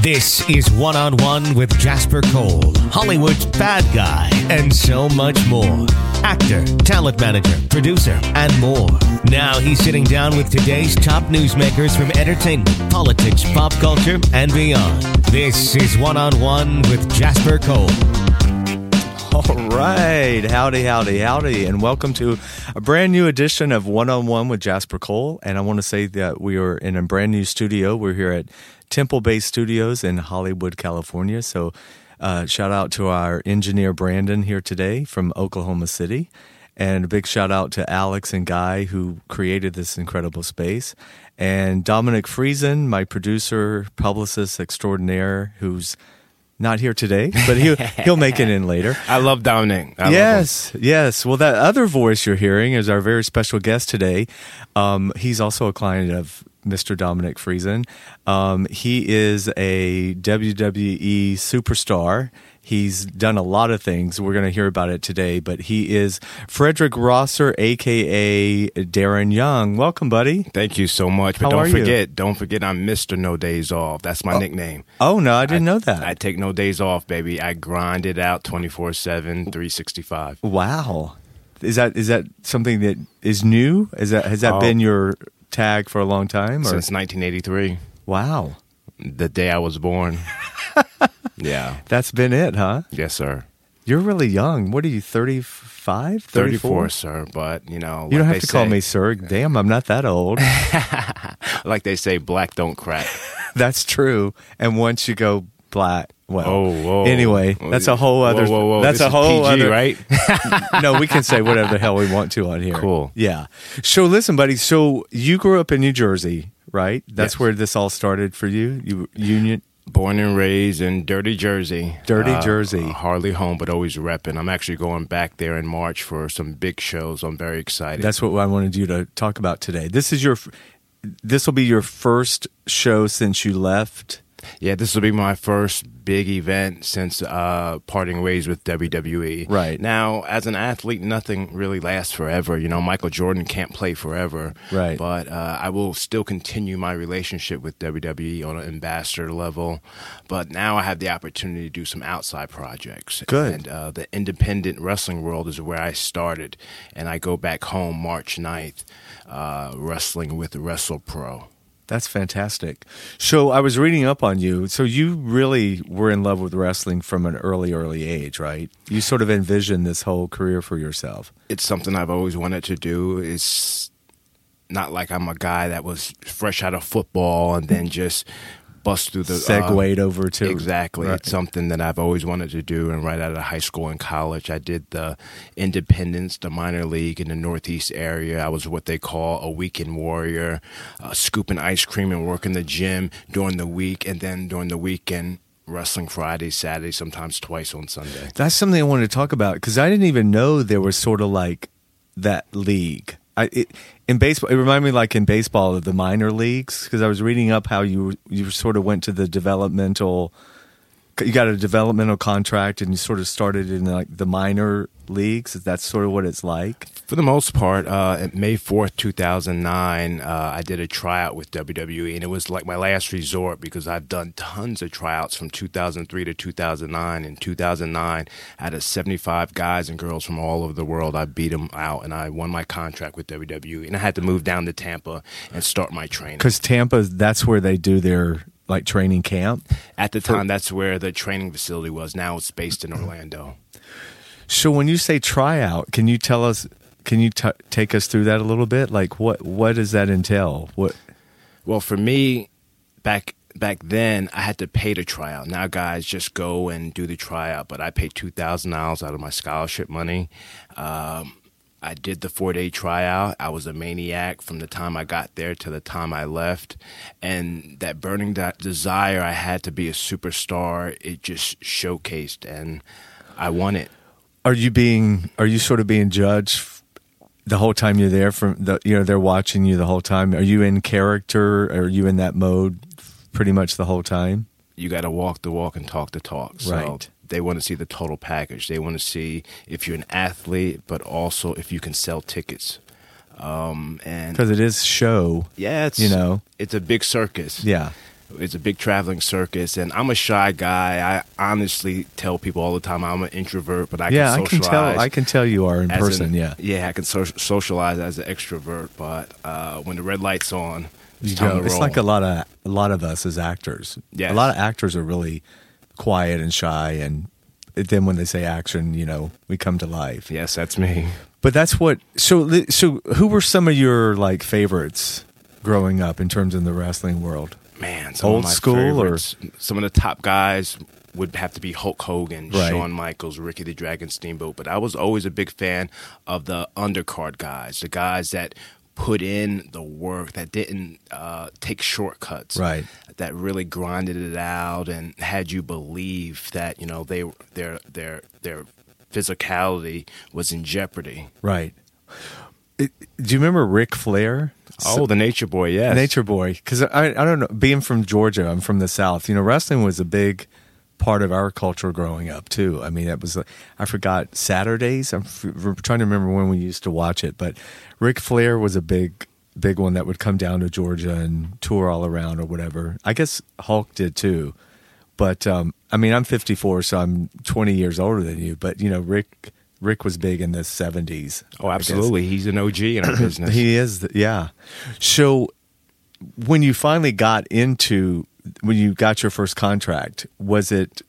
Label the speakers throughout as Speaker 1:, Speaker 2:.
Speaker 1: This is One on One with Jasper Cole, Hollywood's bad guy, and so much more. Actor, talent manager, producer, and more. Now he's sitting down with today's top newsmakers from entertainment, politics, pop culture, and beyond. This is One on One with Jasper Cole.
Speaker 2: All right. Howdy, howdy, howdy. And welcome to a brand new edition of One on One with Jasper Cole. And I want to say that we are in a brand new studio. We're here at Temple Bay Studios in Hollywood, California. So, uh, shout out to our engineer, Brandon, here today from Oklahoma City. And a big shout out to Alex and Guy who created this incredible space. And Dominic Friesen, my producer, publicist extraordinaire, who's not here today, but he'll, he'll make it in later.
Speaker 3: I love Dominic. I love
Speaker 2: yes, yes. Well, that other voice you're hearing is our very special guest today. Um, he's also a client of Mr. Dominic Friesen. Um, he is a WWE superstar. He's done a lot of things. We're going to hear about it today, but he is Frederick Rosser, aka Darren Young. Welcome, buddy.
Speaker 3: him. Thank you so much. But
Speaker 2: How
Speaker 3: don't
Speaker 2: are you?
Speaker 3: forget, don't forget, I'm Mister No Days Off. That's my nickname.
Speaker 2: Oh no, I didn't know that.
Speaker 3: I take no days off, baby. I grind it out 24 7, 365.
Speaker 2: Wow. Is that is that something that is new? Is that has that
Speaker 3: Oh.
Speaker 2: been your tag for a long time? Or?
Speaker 3: Since 1983,
Speaker 2: wow,
Speaker 3: the day I was born. yeah.
Speaker 2: that's been it, huh?
Speaker 3: Yes, sir.
Speaker 2: You're really young. What are you, 35?
Speaker 3: 34, sir. But, you know,
Speaker 2: You don't have
Speaker 3: like they
Speaker 2: to call
Speaker 3: say-
Speaker 2: me sir. Damn, I'm not that old.
Speaker 3: Like they say, black don't crack.
Speaker 2: that's true. And once you go black, well,
Speaker 3: Oh, whoa.
Speaker 2: anyway, that's a whole
Speaker 3: Whoa,
Speaker 2: other.
Speaker 3: Whoa, whoa,
Speaker 2: That's
Speaker 3: This
Speaker 2: a
Speaker 3: is
Speaker 2: whole
Speaker 3: PG,
Speaker 2: other.
Speaker 3: right?
Speaker 2: no, we can say whatever the hell we want to on here.
Speaker 3: Cool.
Speaker 2: Yeah. So listen, buddy. So you grew up in New Jersey, right? That's
Speaker 3: Yes.
Speaker 2: where this all started for you. You Union.
Speaker 3: Born and raised in Dirty Jersey.
Speaker 2: Dirty Jersey.
Speaker 3: Hardly home, but always repping. I'm actually going back there in March for some big shows. I'm very excited.
Speaker 2: That's what I wanted you to talk about today. This is your. f- This will be your first show since you left.
Speaker 3: yeah, this will be my first big event since uh, parting ways with WWE.
Speaker 2: Right.
Speaker 3: Now, as an athlete, nothing really lasts forever. You know, Michael Jordan can't play forever.
Speaker 2: Right.
Speaker 3: But uh, I will still continue my relationship with WWE on an ambassador level. But now I have the opportunity to do some outside projects.
Speaker 2: Good.
Speaker 3: And uh, the independent wrestling world is where I started. And I go back home March 9th, uh, wrestling with WrestlePro.
Speaker 2: That's fantastic. So I was reading up on you. So you really were in love with wrestling from an early, early age, right? You sort of envisioned this whole career for yourself.
Speaker 3: it's something I've always wanted to do. It's not like I'm a guy that was fresh out of football and then just bust through the uh, um,
Speaker 2: Segued over to
Speaker 3: Exactly.
Speaker 2: Right.
Speaker 3: It's something that I've always wanted to do. And right out of high school and college, I did the independence, the minor league in the Northeast area. I was what they call a weekend warrior, uh, scooping ice cream and working the gym during the week. And then during the weekend, wrestling Friday, Saturday, sometimes twice on Sunday.
Speaker 2: That's something I wanted to talk about because I didn't even know there was sort of like that league. I it, in baseball, it reminded me like in baseball of the minor leagues because I was reading up how you you sort of went to the developmental. You got a developmental contract and you sort of started in like the minor leagues. That's sort of what it's like.
Speaker 3: For the most part, uh, at May 4th, 2009, uh, I did a tryout with WWE, and it was like my last resort because I've done tons of tryouts from 2003 to 2009. In 2009, out of 75 guys and girls from all over the world, I beat them out, and I won my contract with WWE. And I had to move down to Tampa and start my training.
Speaker 2: Because Tampa, that's where they do their like training camp.
Speaker 3: At the time, that's where the training facility was. Now it's based in Orlando.
Speaker 2: So when you say tryout, can you tell us? Can you t- take us through that a little bit? Like what what does that entail? What
Speaker 3: Well, for me, back back then, I had to pay to try out. Now guys just go and do the tryout, but I paid two thousand dollars out of my scholarship money. Um, I did the four day tryout. I was a maniac from the time I got there to the time I left. And that burning de- desire I had to be a superstar, it just showcased and I won it.
Speaker 2: Are you being? Are you sort of being judged f- the whole time you're there? From the you know they're watching you the whole time. Are you in character? Are you in that mode pretty much the whole time?
Speaker 3: you got to walk the walk and talk the talk. So
Speaker 2: Right.
Speaker 3: they want to see the total package. They want to see if you're an athlete, but also if you can sell tickets. Um, and
Speaker 2: Because it is show.
Speaker 3: yeah, it's
Speaker 2: you know.
Speaker 3: it's a big circus.
Speaker 2: Yeah.
Speaker 3: It's a big traveling circus, and I'm a shy guy. I honestly tell people all the time I'm an introvert, but I
Speaker 2: yeah,
Speaker 3: can
Speaker 2: I can
Speaker 3: socialize.
Speaker 2: tell. I can tell you are in
Speaker 3: as
Speaker 2: person.
Speaker 3: an-
Speaker 2: yeah.
Speaker 3: yeah, I can so- socialize as an extrovert, but uh, when the red light's on, it's
Speaker 2: You
Speaker 3: time
Speaker 2: go-
Speaker 3: to
Speaker 2: it's
Speaker 3: roll.
Speaker 2: like a lot of a lot of us as actors.
Speaker 3: Yes.
Speaker 2: A lot of actors are really quiet and shy, and then when they say action, you know, we come to life.
Speaker 3: yes, that's me.
Speaker 2: But that's what. So li- so who were some of your like favorites growing up in terms of the wrestling world?
Speaker 3: man, some
Speaker 2: Old
Speaker 3: of my
Speaker 2: school or-
Speaker 3: favorites- some of the top guys would have to be Hulk Hogan,
Speaker 2: Right.
Speaker 3: Shawn Michaels, Ricky the Dragon Steamboat. But I was always a big fan of the undercard guys, the guys that put in the work, that didn't uh, take shortcuts,
Speaker 2: Right.
Speaker 3: That really grinded it out and had you believe that you know they their their their physicality was in jeopardy.
Speaker 2: Right. It- do you remember Ric Flair?
Speaker 3: Oh, the Nature Boy, yes,
Speaker 2: Nature Boy, because I I don't know. Being from Georgia, I'm from the South. You know, wrestling was a big part of our culture growing up too. I mean, that was like I forgot Saturdays. I'm f- r- trying to remember when we used to watch it, but Ric Flair was a big big one that would come down to Georgia and tour all around or whatever. I guess Hulk did too, but um, I mean, I'm 54, so I'm 20 years older than you. But you know, Rick Rick was big in the 70s.
Speaker 3: Oh,
Speaker 2: I guess.
Speaker 3: absolutely. He's an OG in our business.
Speaker 2: He is, th- yeah. So when you finally got into when you got your first contract, was it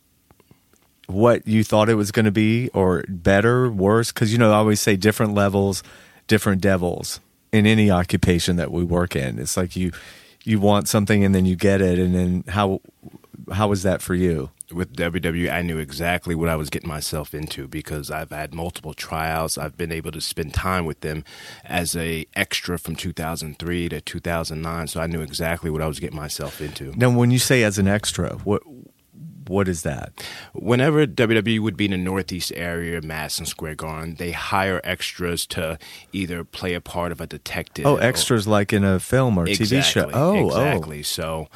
Speaker 2: what you thought it was going to be, or better, worse? Because you know, I always say different levels, different devils in any occupation that we work in. It's like you you want something and then you get it, and then how how was that for you?
Speaker 3: with WWE, I knew exactly what I was getting myself into because I've had multiple tryouts. I've been able to spend time with them as a extra from 2003 to 2009, so I knew exactly what I was getting myself into.
Speaker 2: Now, when you say as an extra, what what is that?
Speaker 3: Whenever WWE would be in the Northeast area, Madison Square Garden, they hire extras to either play a part of a detective.
Speaker 2: Oh,
Speaker 3: or-
Speaker 2: extras like in a film or TV show.
Speaker 3: Exactly,
Speaker 2: Oh, oh,
Speaker 3: exactly. So,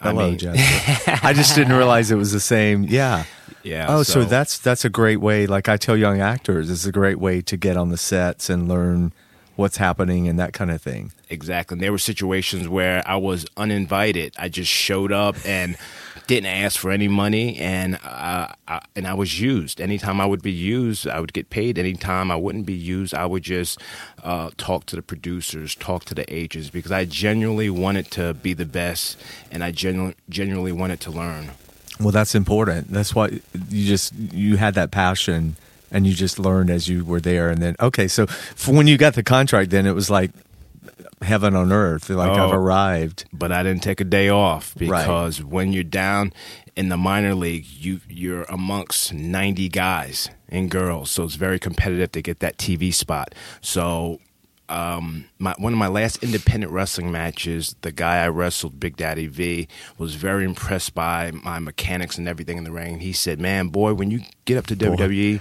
Speaker 2: Hello,
Speaker 3: I mean,
Speaker 2: Jasper. I just didn't realize it was the same. Yeah.
Speaker 3: Yeah,
Speaker 2: Oh, so,
Speaker 3: so-
Speaker 2: that's that's a great way. Like I tell young actors, it's a great way to get on the sets and learn what's happening and that kind of thing.
Speaker 3: Exactly. And there were situations where I was uninvited. I just showed up and didn't ask for any money, and uh, I, and I was used. Anytime I would be used, I would get paid. Anytime I wouldn't be used, I would just uh, talk to the producers, talk to the agents, because I genuinely wanted to be the best, and I genu- genuinely wanted to learn.
Speaker 2: Well, that's important. That's why you just you had that passion and you just learned as you were there. And then okay, so for when you got the contract, then it was like heaven on earth. Like I've
Speaker 3: Oh.
Speaker 2: arrived.
Speaker 3: but I didn't take a day off
Speaker 2: Right.
Speaker 3: because when you're down in the minor league, you you're amongst 90 guys and girls, so it's very competitive to get that TV spot. So. Um, my, one of my last independent wrestling matches, the guy I wrestled, Big Daddy V, was very impressed by my mechanics and everything in the ring. He said, "Man, boy, when you get up to WWE,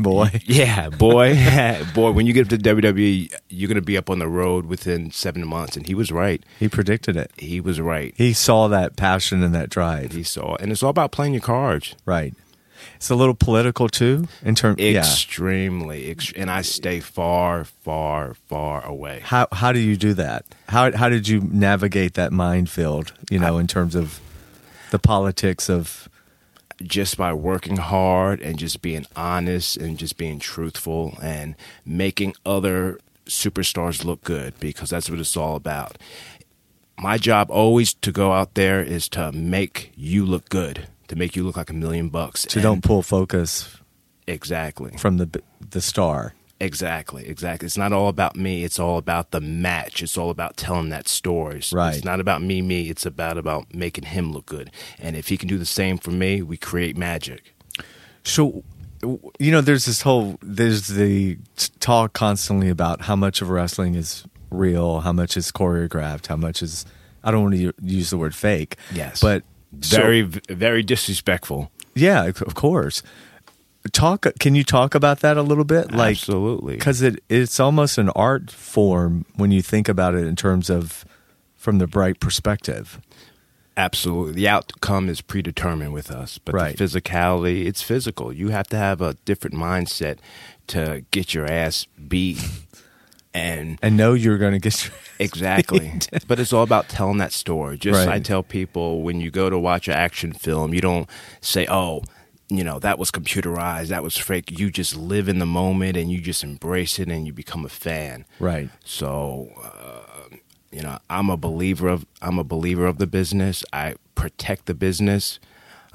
Speaker 2: Boy.
Speaker 3: yeah, boy, boy, when you get up to WWE, you're gonna be up on the road within seven months." And he was right
Speaker 2: He predicted it.
Speaker 3: he was right.
Speaker 2: He saw that passion and that drive.
Speaker 3: He saw, and it's all about playing your cards.
Speaker 2: Right. It's a little political too in terms. Yeah.
Speaker 3: Extremely, ex- and I stay far, far, far away.
Speaker 2: How how do you do that? How how did you navigate that minefield? You know, in terms of the politics of
Speaker 3: Just by working hard and just being honest and just being truthful and making other superstars look good because that's what it's all about. My job always to go out there is to make you look good, to make you look like a million bucks.
Speaker 2: to
Speaker 3: And-
Speaker 2: don't pull focus
Speaker 3: exactly.
Speaker 2: from the the star.
Speaker 3: Exactly, exactly. It's not all about me. It's all about the match. It's all about telling that story. It's-
Speaker 2: Right.
Speaker 3: It's not about me, me. It's about about making him look good. And if he can do the same for me, we create magic.
Speaker 2: So you know, there's this whole there's the talk constantly about how much of wrestling is real, how much is choreographed, how much is I don't want to u- use the word fake.
Speaker 3: Yes.
Speaker 2: but so-
Speaker 3: Very, very disrespectful.
Speaker 2: yeah, of course. Talk. Can you talk about that a little bit? Like,
Speaker 3: Absolutely.
Speaker 2: because it it's almost an art form when you think about it in terms of from the bright perspective.
Speaker 3: Absolutely. The outcome is predetermined with us, but
Speaker 2: Right.
Speaker 3: the physicality, it's physical. You have to have a different mindset to get your ass beat. And
Speaker 2: And know you're going to get.
Speaker 3: exactly. but it's all about telling that story. Just
Speaker 2: Right.
Speaker 3: I tell people when you go to watch an action film, you don't say, oh, you know, that was computerized, that was fake. You just live in the moment and you just embrace it and you become a fan.
Speaker 2: Right.
Speaker 3: So, uh, you know, I'm a believer of I'm a believer of the business. I protect the business.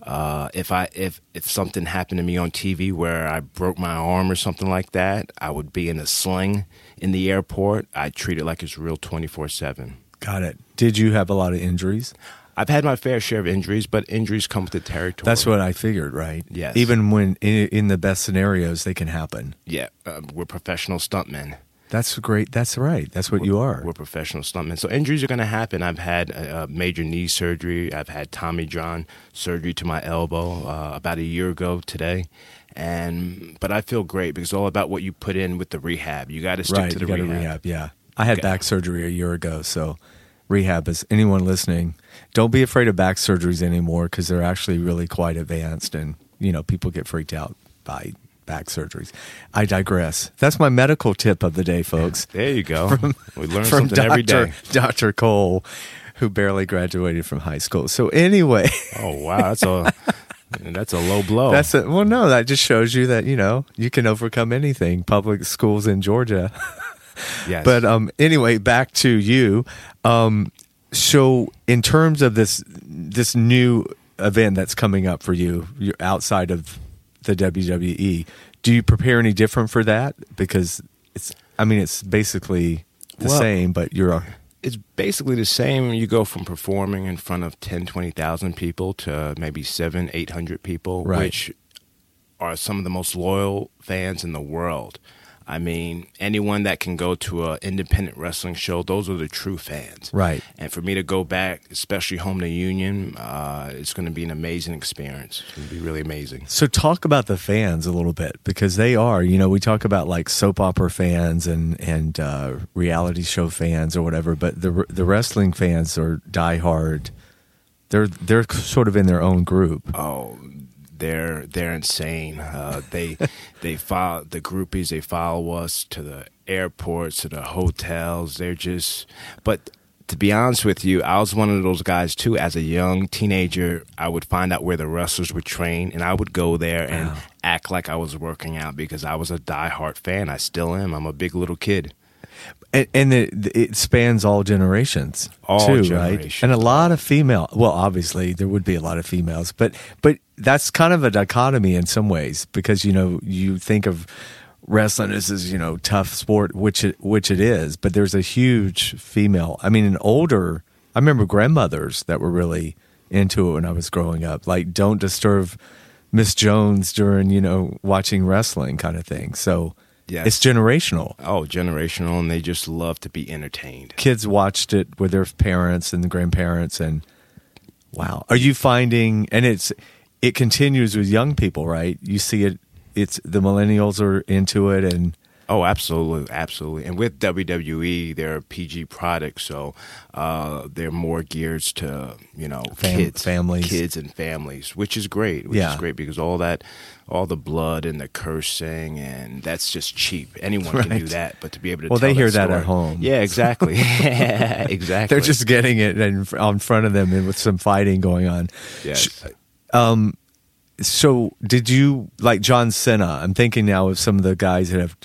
Speaker 3: Uh, if I if if something happened to me on TV where I broke my arm or something like that, I would be in a sling in the airport. I treat it like it's real twenty four seven.
Speaker 2: Got it. Did you have a lot of injuries?
Speaker 3: I've had my fair share of injuries, but injuries come with the territory.
Speaker 2: That's what I figured, right?
Speaker 3: Yes.
Speaker 2: Even when in, in the best scenarios, they can happen.
Speaker 3: Yeah, uh, we're professional stuntmen.
Speaker 2: That's great. That's right. That's what you are.
Speaker 3: We're professional stuntmen. So injuries are going to happen. I've had uh, uh, major knee surgery. I've had Tommy John surgery to my elbow uh, about a year ago today. And but I feel great because it's all about what you put in with the rehab. You got to stick
Speaker 2: right.
Speaker 3: to the
Speaker 2: you gotta
Speaker 3: rehab.
Speaker 2: rehab. Yeah. I had
Speaker 3: Okay.
Speaker 2: back surgery a year ago, so rehab is anyone listening. Don't be afraid of back surgeries anymore because they're actually really quite advanced, and you know people get freaked out by back surgeries. I digress. That's my medical tip of the day, folks.
Speaker 3: There you go. we
Speaker 2: from
Speaker 3: learn something
Speaker 2: Dr.
Speaker 3: every day.
Speaker 2: Dr. Cole, who barely graduated from high school. So anyway,
Speaker 3: Oh wow, that's a that's a low blow.
Speaker 2: that's it. Well, no, that just shows you that you know you can overcome anything. Public schools in Georgia.
Speaker 3: yes.
Speaker 2: But um, anyway, back to you. Um, so in terms of this this new event that's coming up for you, you're outside of the WWE. Do you prepare any different for that? Because it's, I mean, it's basically the
Speaker 3: Well-
Speaker 2: same, but you're a,
Speaker 3: it's basically the same. You go from performing in front of 10, 20,000 people to maybe seven, 800 people,
Speaker 2: Right.
Speaker 3: which are some of the most loyal fans in the world. I mean, anyone that can go to an independent wrestling show, those are the true fans.
Speaker 2: Right.
Speaker 3: And for me to go back, especially home to Union, uh, it's going to be an amazing experience. It's going to be really amazing.
Speaker 2: So talk about the fans a little bit because they are, you know, we talk about like soap opera fans and and uh, reality show fans or whatever, but the the wrestling fans are diehard. They're they're sort of in their own group.
Speaker 3: Oh, they're they're insane. Uh, they they follow the groupies. They follow us to the airports, to the hotels. They're just. But to be honest with you, I was one of those guys too. As a young teenager, I would find out where the wrestlers would train, and I would go there and act like I was working out because I was a diehard fan. I still am. I'm a big little kid.
Speaker 2: And, and it, it spans all generations,
Speaker 3: All
Speaker 2: too,
Speaker 3: generations.
Speaker 2: right? And a lot of female. Well, obviously there would be a lot of females, but but that's kind of a dichotomy in some ways because you know you think of wrestling as this you know tough sport, which it, which it is, but there's a huge female. I mean, an older. I remember grandmothers that were really into it when I was growing up, like "Don't disturb Miss Jones" during you know watching wrestling kind of thing. So.
Speaker 3: Yes.
Speaker 2: It's generational
Speaker 3: Oh, generational, and they just love to be entertained.
Speaker 2: kids watched it with their parents and the grandparents and wow are you finding and it's it continues with young people right you see it it's the millennials are into it and
Speaker 3: Oh, absolutely, absolutely. And with WWE, they're a PG products, so uh, they're more geared to you know
Speaker 2: Fam-
Speaker 3: kids,
Speaker 2: families.
Speaker 3: kids and families, which is great. Which
Speaker 2: Yeah.
Speaker 3: is great because all that, all the blood and the cursing, and that's just cheap. Anyone can do
Speaker 2: Right.
Speaker 3: that, but to be able to
Speaker 2: Well,
Speaker 3: tell
Speaker 2: they hear that at
Speaker 3: story-
Speaker 2: home.
Speaker 3: yeah, exactly, exactly.
Speaker 2: they're just getting it and on front of them and with some fighting going on
Speaker 3: yes.
Speaker 2: so did you like john cena i'm thinking now of some of the guys that have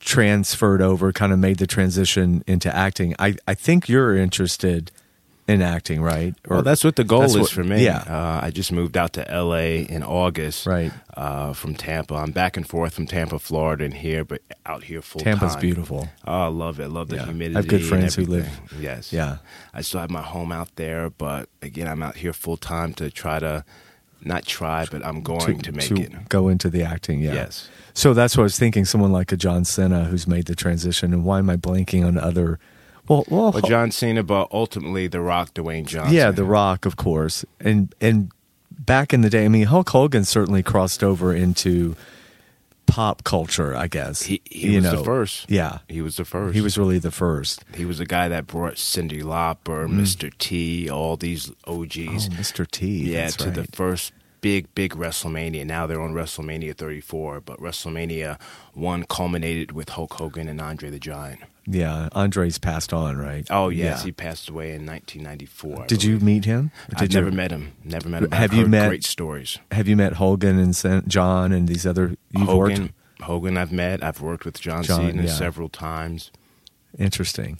Speaker 2: transferred over kind of made the transition into acting i, I think you're interested in acting right
Speaker 3: well, that's what the goal
Speaker 2: that's
Speaker 3: is
Speaker 2: what-
Speaker 3: for me.
Speaker 2: yeah.
Speaker 3: Uh, I just moved out to LA in August.
Speaker 2: Right.
Speaker 3: Uh, from Tampa. I'm back and forth from Tampa, Florida, and here, but out here full
Speaker 2: tampa's
Speaker 3: time.
Speaker 2: beautiful
Speaker 3: Oh, I love it. I love the
Speaker 2: Yeah. I have
Speaker 3: humidity.
Speaker 2: good
Speaker 3: and
Speaker 2: friends who live-
Speaker 3: everything. Yes.
Speaker 2: yeah
Speaker 3: I still have my home out there, but again, I'm out here full time to try to not try, but I'm going to, make
Speaker 2: to
Speaker 3: it.
Speaker 2: go into the acting. Yeah.
Speaker 3: Yes.
Speaker 2: So that's what I was thinking. Someone like a John Cena who's made the transition. And why am I blanking on other? Well, well,
Speaker 3: But John Cena, but ultimately The Rock, Dwayne Johnson.
Speaker 2: yeah, The Rock, of course, and and back in the day, I mean, Hulk Hogan certainly crossed over into pop culture. I guess
Speaker 3: He, he was the first.
Speaker 2: Yeah,
Speaker 3: He was the first.
Speaker 2: he was really the first.
Speaker 3: He was the guy that brought Cindy Lauper, Mr. T, all these OGs.
Speaker 2: Mm. Oh, Mr. T.
Speaker 3: yeah,
Speaker 2: that's
Speaker 3: to the
Speaker 2: right.
Speaker 3: first big, big WrestleMania. Now they're on WrestleMania 34, but WrestleMania 1 culminated with Hulk Hogan and Andre the Giant.
Speaker 2: yeah, Andre's passed on, right?
Speaker 3: Oh, yes,
Speaker 2: Yeah.
Speaker 3: he passed away in 1994. I
Speaker 2: Did you
Speaker 3: believe.
Speaker 2: meet him?
Speaker 3: I
Speaker 2: Did you-
Speaker 3: never met him. Never met him. but
Speaker 2: Have
Speaker 3: I've
Speaker 2: you
Speaker 3: heard
Speaker 2: met-
Speaker 3: great stories?
Speaker 2: Have you met Hogan and Sen- John and these other? You've
Speaker 3: Hogan,
Speaker 2: worked.
Speaker 3: Hogan, I've met. I've worked with John,
Speaker 2: John,
Speaker 3: Cena
Speaker 2: yeah.
Speaker 3: several times.
Speaker 2: Interesting.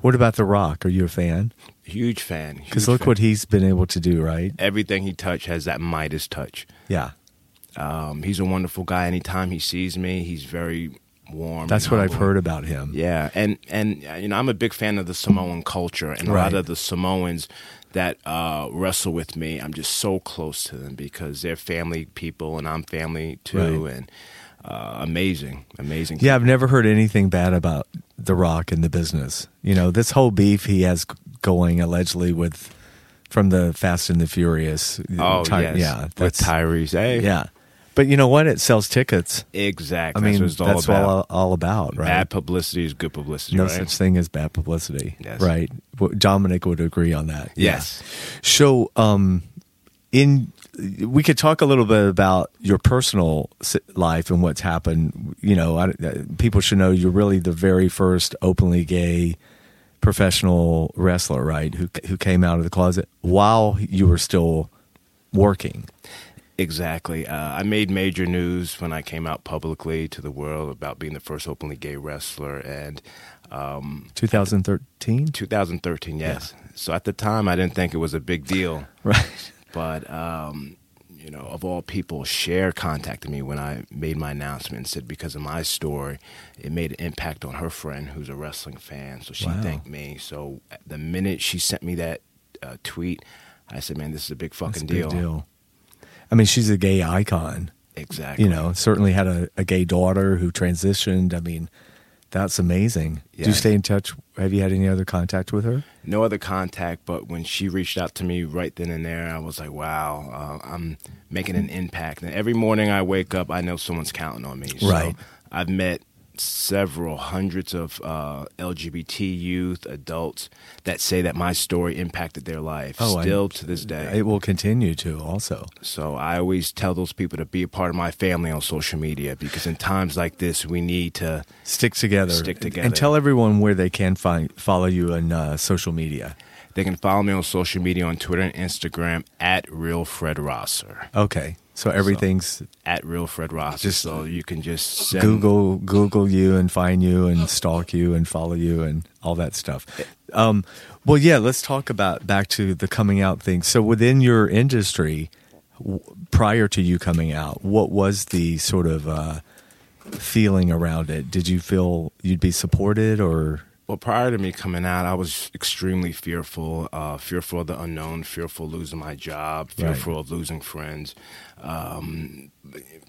Speaker 2: What about The Rock? Are you a fan?
Speaker 3: Huge fan. huge
Speaker 2: Because look
Speaker 3: fan.
Speaker 2: what he's been able to do, right?
Speaker 3: everything he touched has that Midas touch.
Speaker 2: Yeah.
Speaker 3: Um, he's a wonderful guy. Anytime he sees me, he's very warm.
Speaker 2: That's
Speaker 3: and
Speaker 2: what I've
Speaker 3: humble.
Speaker 2: heard about him.
Speaker 3: Yeah, and and uh, you know I'm a big fan of the Samoan culture, and a
Speaker 2: Right.
Speaker 3: lot of the Samoans that uh, wrestle with me, I'm just so close to them because they're family people, and I'm family too,
Speaker 2: Right.
Speaker 3: and uh, amazing, amazing.
Speaker 2: Yeah, I've never heard anything bad about The Rock in the business. You know, this whole beef he has g- going allegedly with from the Fast and the Furious. uh,
Speaker 3: Oh
Speaker 2: Ty-
Speaker 3: yes,
Speaker 2: yeah,
Speaker 3: with
Speaker 2: that's
Speaker 3: Tyrese. eh? Hey,
Speaker 2: yeah. But you know what? It sells tickets. I
Speaker 3: exactly.
Speaker 2: mean,
Speaker 3: that's what
Speaker 2: that's,
Speaker 3: it's all about.
Speaker 2: all, all about, right?
Speaker 3: Bad publicity is good publicity,
Speaker 2: no
Speaker 3: right?
Speaker 2: such thing as bad publicity,
Speaker 3: Yes.
Speaker 2: right? W- Dominic would agree on that. Yeah.
Speaker 3: Yes.
Speaker 2: So, um, in we could talk a little bit about your personal s- life and what's happened. You know, I, uh, people should know you're really the very first openly gay professional wrestler, right? Who who came out of the closet while you were still working.
Speaker 3: Exactly. Uh, I made major news when I came out publicly to the world about being the first openly gay wrestler, and um,
Speaker 2: 2013,
Speaker 3: 2013. Yes. So at the time, I didn't think it was a big deal,
Speaker 2: right?
Speaker 3: but um, you know, of all people, Cher contacted me when I made my announcement and said because of my story, it made an impact on her friend who's a wrestling fan. So she
Speaker 2: Wow.
Speaker 3: thanked me. So the minute she sent me that uh, tweet, I said, "Man, this is a big fucking
Speaker 2: That's a big
Speaker 3: deal.
Speaker 2: deal. I mean, she's a gay icon.
Speaker 3: Exactly.
Speaker 2: you know, certainly had a, a gay daughter who transitioned. I mean, that's amazing. Do
Speaker 3: Yeah.
Speaker 2: you stay in touch? Have you had any other contact with her?
Speaker 3: no other contact but when she reached out to me right then and there i was like wow uh, i'm making an impact and every morning i wake up i know someone's counting on me So
Speaker 2: Right.
Speaker 3: i've met several hundreds of uh, lgbt youth adults that say that my story impacted their life
Speaker 2: Oh, I-
Speaker 3: still to this day
Speaker 2: It will continue to also.
Speaker 3: so I always tell those people to be a part of my family on social media because in times like this we need to
Speaker 2: Stick together.
Speaker 3: Stick
Speaker 2: And-
Speaker 3: together.
Speaker 2: And tell everyone where they can find follow you on uh, social media.
Speaker 3: they can follow me on social media on Twitter and Instagram at real fred rosser
Speaker 2: Okay. So everything's
Speaker 3: at real Fred Ross.
Speaker 2: Just
Speaker 3: so you can just send,
Speaker 2: Google Google you and find you and stalk you and follow you and all that stuff. Um, well, yeah, let's talk about back to the coming out thing. So within your industry, w- prior to you coming out, what was the sort of uh, feeling around it? Did you feel you'd be supported or
Speaker 3: Well, prior to me coming out, I was extremely fearful, uh, fearful of the unknown, fearful of losing my job,
Speaker 2: Right.
Speaker 3: fearful of losing friends. Um,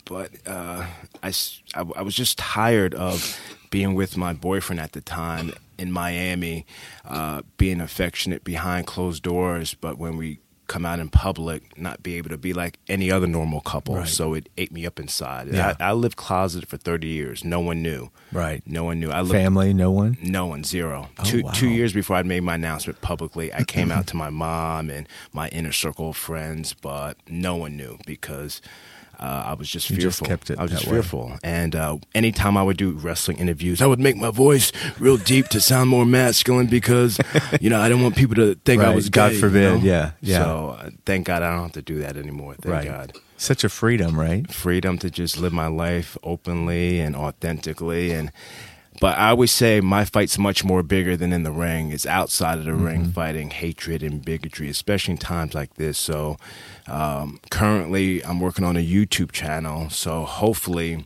Speaker 3: but uh, I, s- I w- I was just tired of being with my boyfriend at the time in Miami, uh, being affectionate behind closed doors, but when we come out in public, not be able to be like any other normal couple.
Speaker 2: Right.
Speaker 3: So it ate me up inside.
Speaker 2: Yeah.
Speaker 3: I, I lived closeted for 30 years. No one knew.
Speaker 2: Right.
Speaker 3: No one knew. I lived
Speaker 2: family? No one.
Speaker 3: no one, zero.
Speaker 2: Oh,
Speaker 3: Two
Speaker 2: wow.
Speaker 3: two years before I made my announcement publicly, I came out to my mom and my inner circle of friends, but no one knew because uh, I was just
Speaker 2: You just
Speaker 3: fearful.
Speaker 2: kept it
Speaker 3: I was just
Speaker 2: that way.
Speaker 3: fearful. And uh, anytime I would do wrestling interviews, I would make my voice real deep to sound more masculine because you know I didn't want people to think I
Speaker 2: Right.
Speaker 3: was
Speaker 2: God
Speaker 3: gay, you
Speaker 2: forbid.
Speaker 3: know?
Speaker 2: Yeah. Yeah.
Speaker 3: So uh, thank God I don't have to do that anymore. Thank God
Speaker 2: Such a freedom, right?
Speaker 3: freedom to just live my life openly and authentically and but I always say my fight's much more bigger than in the ring. It's outside of the ring fighting hatred and bigotry, especially in times like this. So, um, currently, I'm working on a YouTube channel. So, hopefully,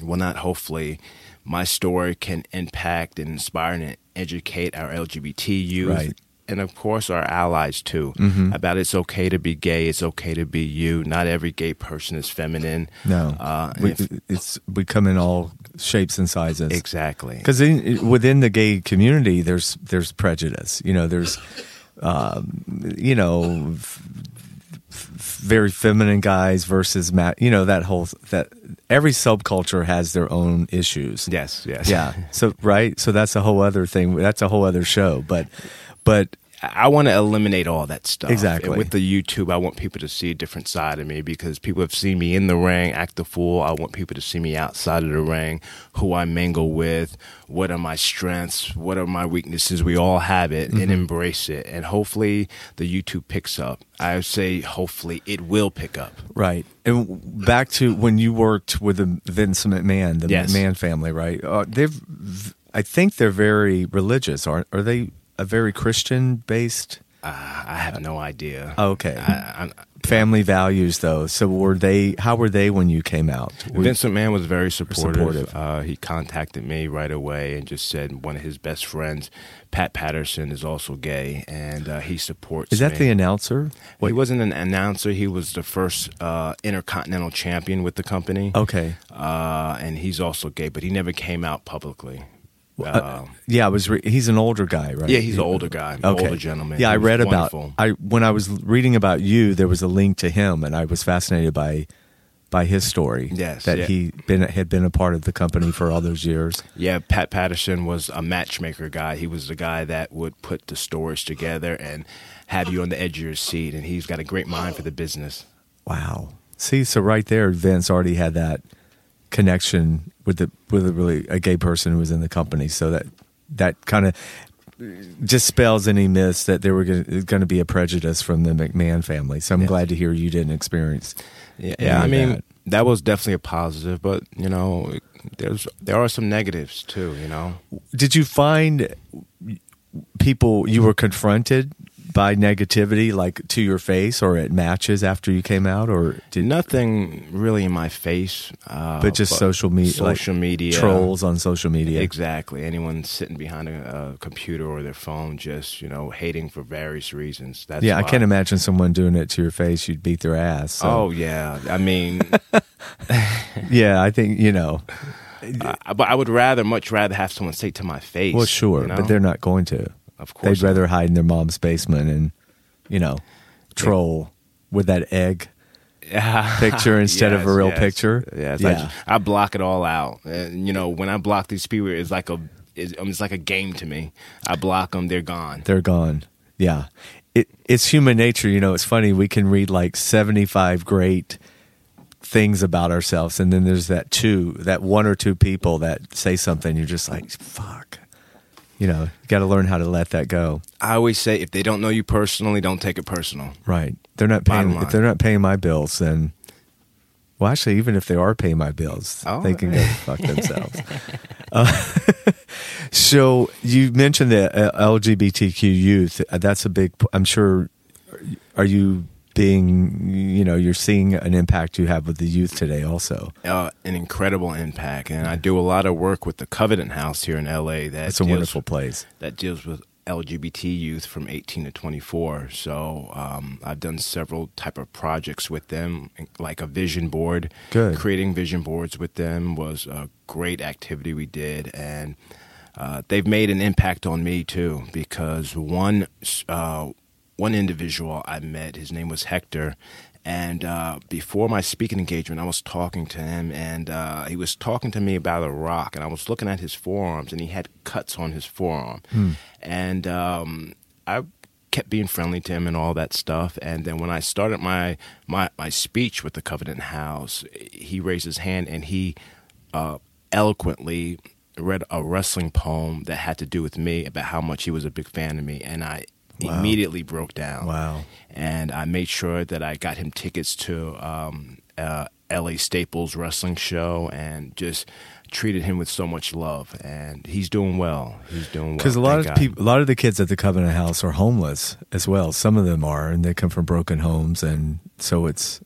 Speaker 3: well, not hopefully, my story can impact and inspire and educate our LGBT youth
Speaker 2: Right. Mm-hmm.
Speaker 3: and of course our allies too about it's okay to be gay, it's okay to be you. Not every gay person is feminine.
Speaker 2: No,
Speaker 3: uh,
Speaker 2: we,
Speaker 3: if-
Speaker 2: it's we come in all shapes and sizes.
Speaker 3: exactly.
Speaker 2: Because within the gay community, there's there's prejudice. You know, there's um, you know f- f- very feminine guys versus ma- you know that whole that every subculture has their own issues.
Speaker 3: Yes, yes,
Speaker 2: Yeah. So right. So that's a whole other thing. That's a whole other show. But but
Speaker 3: I want to eliminate all that stuff.
Speaker 2: Exactly.
Speaker 3: And with the YouTube, I want people to see a different side of me because people have seen me in the ring, act the fool. I want people to see me outside of the ring, who I mingle with, what are my strengths, what are my weaknesses. We all have it
Speaker 2: Mm-hmm.
Speaker 3: and embrace it. And hopefully the YouTube picks up. I say hopefully it will pick up.
Speaker 2: Right. And back to when you worked with the Vince McMahon, the
Speaker 3: Yes.
Speaker 2: McMahon family, right? Uh, they've, I think they're very religious, aren't? Are they a very Christian based
Speaker 3: Uh, I have no idea.
Speaker 2: Okay.
Speaker 3: I, I,
Speaker 2: family values though? So were they? How were they when you came out? Were-
Speaker 3: Vincent Mann was very supportive.
Speaker 2: Supportive.
Speaker 3: Uh, he contacted me right away and just said one of his best friends, Pat Patterson, is also gay, and uh, he supports.
Speaker 2: Is that
Speaker 3: me.
Speaker 2: the announcer?
Speaker 3: He wasn't an announcer. He was the first uh, intercontinental champion with the company.
Speaker 2: Okay.
Speaker 3: Uh, and he's also gay, but he never came out publicly. Uh,
Speaker 2: Yeah, I was. Re- he's an older guy, right?
Speaker 3: yeah, he's an older guy, older gentleman.
Speaker 2: Yeah, I
Speaker 3: He was
Speaker 2: read about
Speaker 3: wonderful.
Speaker 2: I when I was reading about you, there was a link to him, and I was fascinated by by his story.
Speaker 3: Yes,
Speaker 2: that
Speaker 3: yeah.
Speaker 2: he been had been a part of the company for all those years.
Speaker 3: Yeah, Pat Patterson was a matchmaker guy. He was the guy that would put the stories together and have you on the edge of your seat. And he's got a great mind for the business.
Speaker 2: Wow. See, so right there, Vince already had that connection with the with a really a gay person who was in the company. So that that kind of dispels any myths that there were going to be a prejudice from the McMahon family. So I'm glad to hear you didn't experience.
Speaker 3: Yeah,
Speaker 2: any
Speaker 3: I
Speaker 2: of
Speaker 3: mean
Speaker 2: that.
Speaker 3: that. was definitely a positive, but you know, there's there are some negatives too. You know,
Speaker 2: did you find people you were confronted by negativity like to your face or at matches after you came out or did
Speaker 3: nothing really in my face, uh,
Speaker 2: but just social media
Speaker 3: social media
Speaker 2: trolls on social media
Speaker 3: Exactly. Anyone sitting behind a, a computer or their phone, just you know, hating for various reasons. That's
Speaker 2: yeah i
Speaker 3: why-
Speaker 2: can't imagine someone doing it to your face you'd beat their ass so,
Speaker 3: Oh yeah, I mean,
Speaker 2: yeah i think you know
Speaker 3: I, but I would rather, much rather, have someone say it to my face.
Speaker 2: well sure
Speaker 3: you know?
Speaker 2: but they're not going to
Speaker 3: Of course
Speaker 2: they'd rather hide in their mom's basement and you know troll with that egg picture instead of a
Speaker 3: Yes,
Speaker 2: real
Speaker 3: yes.
Speaker 2: picture
Speaker 3: Yes, I,
Speaker 2: yeah
Speaker 3: just- I block it all out. And, you know, when I block these people, it's like a it's, um, it's like a game to me. I block them, they're gone.
Speaker 2: they're gone. Yeah. It it's human nature, you know, it's funny we can read like 75 great things about ourselves and then there's that two, that one or two people that say something you're just like fuck. You know, you got to learn how to let that go.
Speaker 3: I always say, if they don't know you personally, don't take it personal.
Speaker 2: Right. They're not
Speaker 3: Bottom
Speaker 2: paying
Speaker 3: line.
Speaker 2: if they're not paying my bills then well, actually, even if they are paying my bills,
Speaker 3: Oh.
Speaker 2: they can go fuck themselves. Uh, so you mentioned the uh, LGBTQ youth. Uh, That's a big. p- I'm sure. Are you being? You know, you're seeing an impact you have with the youth today, also.
Speaker 3: Uh, an incredible impact, and I do a lot of work with the Covenant House here in LA. That
Speaker 2: It's a
Speaker 3: deals-
Speaker 2: wonderful place.
Speaker 3: that deals with LGBT youth from 18 to 24. So um, I've done several type of projects with them, like a vision board.
Speaker 2: Good.
Speaker 3: Creating vision boards with them was a great activity we did, and uh, they've made an impact on me too because one uh, one individual I met, his name was Hector. And uh, before my speaking engagement, I was talking to him, and uh, he was talking to me about a rock, and I was looking at his forearms, and he had cuts on his forearm, and um, I kept being friendly to him and all that stuff. And then when I started my my, my speech with the Covenant House, he raised his hand and he uh, eloquently read a wrestling poem that had to do with me about how much he was a big fan of me, and I immediately broke down.
Speaker 2: Wow.
Speaker 3: And I made sure that I got him tickets to um, uh, LA Staples wrestling show and just treated him with so much love. And he's doing well. He's doing well.
Speaker 2: Because a lot
Speaker 3: Thank
Speaker 2: of
Speaker 3: God.
Speaker 2: people, a lot of the kids at the Covenant House are homeless as well. Some of them are, and they come from broken homes, and so it's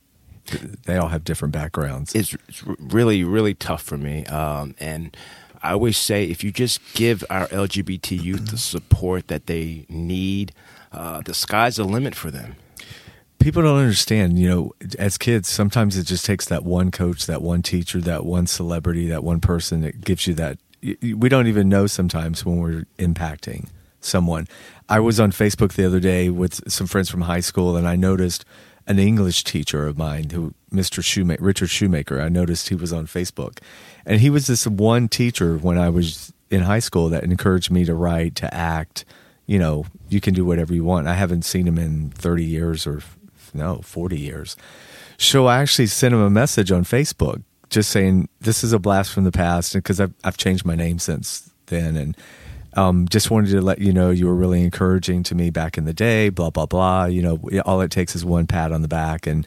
Speaker 2: they all have different backgrounds.
Speaker 3: it's, it's r- really really tough for me um, and i always say if you just give our lgbt youth the support that they need uh, the sky's the limit for them.
Speaker 2: people don't understand you know as kids sometimes it just takes that one coach that one teacher that one celebrity that one person that gives you that y- y- we don't even know sometimes when we're impacting someone i was on facebook the other day with some friends from high school and i noticed an english teacher of mine who mr shoemaker richard shoemaker i noticed he was on facebook and he was this one teacher when i was in high school that encouraged me to write to act you know you can do whatever you want i haven't seen him in 30 years or no, 40 years. So I actually sent him a message on Facebook just saying, This is a blast from the past. Because I've, I've changed my name since then. And um, just wanted to let you know you were really encouraging to me back in the day, blah, blah, blah. You know, all it takes is one pat on the back. And,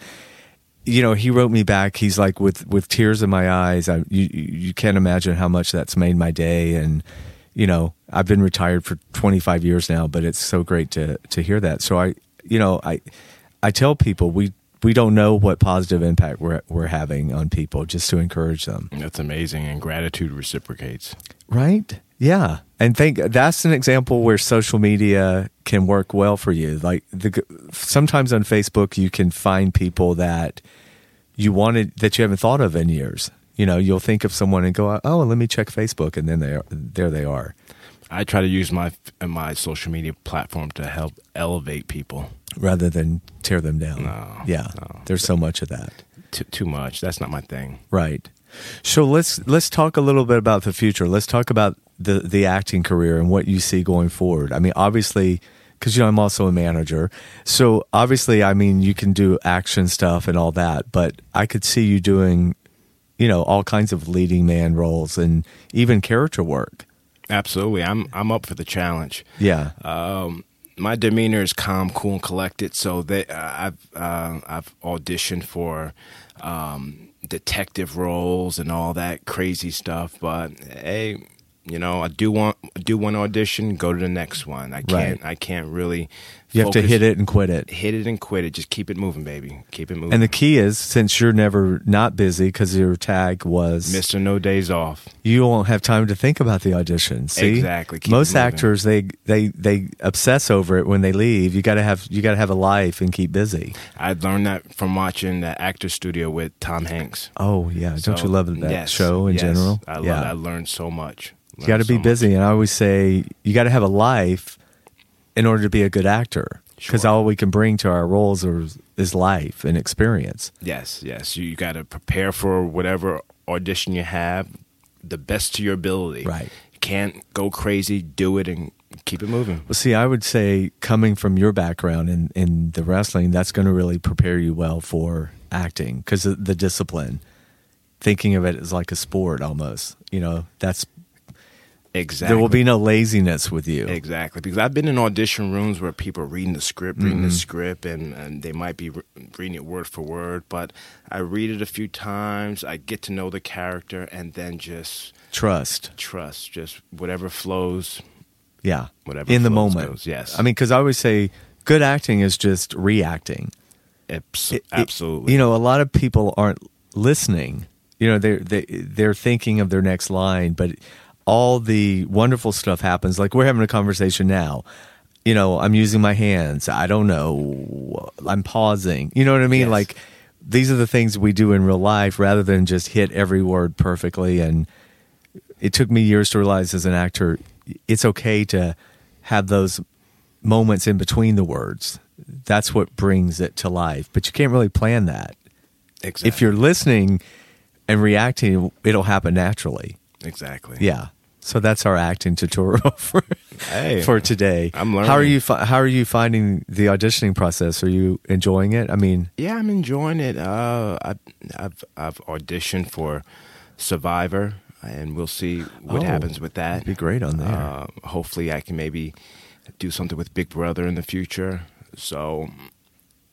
Speaker 2: you know, he wrote me back. He's like, with with tears in my eyes, I you you you can't imagine how much that's made my day. And you know, I've been retired for 25 years now, but it's so great to to hear that. So I, you know, I I tell people we we don't know what positive impact we're we're having on people, just to encourage them,
Speaker 3: That's amazing, and gratitude reciprocates.
Speaker 2: right? Yeah, and think that's an example where social media can work well for you. Like the g- sometimes on Facebook, you can find people that you wanted that you haven't thought of in years. You know, you'll think of someone and go, "Oh, let me check Facebook," and then they are, there they are.
Speaker 3: I try to use my uh, my social media platform to help elevate people.
Speaker 2: Rather than tear them down.
Speaker 3: No,
Speaker 2: yeah,
Speaker 3: no.
Speaker 2: there's so much of that.
Speaker 3: Too, too much. That's not my thing.
Speaker 2: Right. So let's let's talk a little bit about the future. Let's talk about the the acting career and what you see going forward. I mean, obviously, because you know I'm also a manager, so obviously, I mean, you can do action stuff and all that, but I could see you doing, you know, all kinds of leading man roles and even character work.
Speaker 3: Absolutely, I'm I'm up for the challenge.
Speaker 2: Yeah.
Speaker 3: my demeanor is calm, cool, and collected. So they, uh, I've uh, I've auditioned for um, detective roles and all that crazy stuff. But hey, you know, I do want I do one audition, go to the next one. I can't I can't really.
Speaker 2: you have to hit it and quit it.
Speaker 3: hit it and quit it. Just keep it moving, baby. Keep it moving.
Speaker 2: And the key is, since you're never not busy, because your tag was
Speaker 3: Mister No Days Off.
Speaker 2: you won't have time to think about the audition. See,
Speaker 3: Exactly. Keep
Speaker 2: Most
Speaker 3: moving.
Speaker 2: actors they they they obsess over it when they leave. You gotta have you gotta have a life and keep busy.
Speaker 3: I learned that from watching the Actor Studio with Tom Hanks.
Speaker 2: Oh yeah, don't you
Speaker 3: So,
Speaker 2: love that
Speaker 3: yes,
Speaker 2: show in
Speaker 3: yes.
Speaker 2: general?
Speaker 3: I love.
Speaker 2: yeah,
Speaker 3: I learned so much.
Speaker 2: you gotta
Speaker 3: Learned so
Speaker 2: be
Speaker 3: much.
Speaker 2: busy. And I always say you gotta have a life in order to be a good actor because
Speaker 3: Sure.
Speaker 2: all we can bring to our roles are, is life and experience.
Speaker 3: Yes, yes. You, you got to prepare for whatever audition you have, the best to your ability.
Speaker 2: Right.
Speaker 3: Can't go crazy. Do it and keep it moving.
Speaker 2: Well, see, I would say coming from your background in, in the wrestling, that's going to really prepare you well for acting because the, the discipline, thinking of it as like a sport almost, you know, that's
Speaker 3: Exactly.
Speaker 2: there will be no laziness with you.
Speaker 3: Exactly, because I've been in audition rooms where people are reading the script, reading
Speaker 2: Mm-hmm.
Speaker 3: the script, and, and they might be re- reading it word for word, but I read it a few times, I get to know the character, and then just
Speaker 2: Trust.
Speaker 3: trust, just whatever flows.
Speaker 2: Yeah.
Speaker 3: Whatever
Speaker 2: In the
Speaker 3: flows
Speaker 2: moment.
Speaker 3: goes, yes.
Speaker 2: I mean, because I always say good acting is just reacting.
Speaker 3: Abs-
Speaker 2: It- it-
Speaker 3: absolutely.
Speaker 2: you know, a lot of people aren't listening. You know, they're they, they're thinking of their next line, but all the wonderful stuff happens. Like we're having a conversation now. You know, I'm using my hands. I don't know. I'm pausing. You know what I mean?
Speaker 3: Yes.
Speaker 2: Like these are the things we do in real life rather than just hit every word perfectly. And it took me years to realize as an actor, it's okay to have those moments in between the words. That's what brings it to life. But you can't really plan that.
Speaker 3: exactly.
Speaker 2: If you're listening and reacting, it'll happen naturally.
Speaker 3: exactly.
Speaker 2: Yeah. So that's our acting tutorial for
Speaker 3: Hey,
Speaker 2: for today.
Speaker 3: I'm
Speaker 2: How are
Speaker 3: learning.
Speaker 2: you? Fi- how are you finding the auditioning process? Are you enjoying it? I mean,
Speaker 3: Yeah, I'm enjoying it. Uh, I, I've I've auditioned for Survivor, and we'll see what
Speaker 2: Oh,
Speaker 3: happens with that.
Speaker 2: be great on there.
Speaker 3: Uh, hopefully, I can maybe do something with Big Brother in the future. So,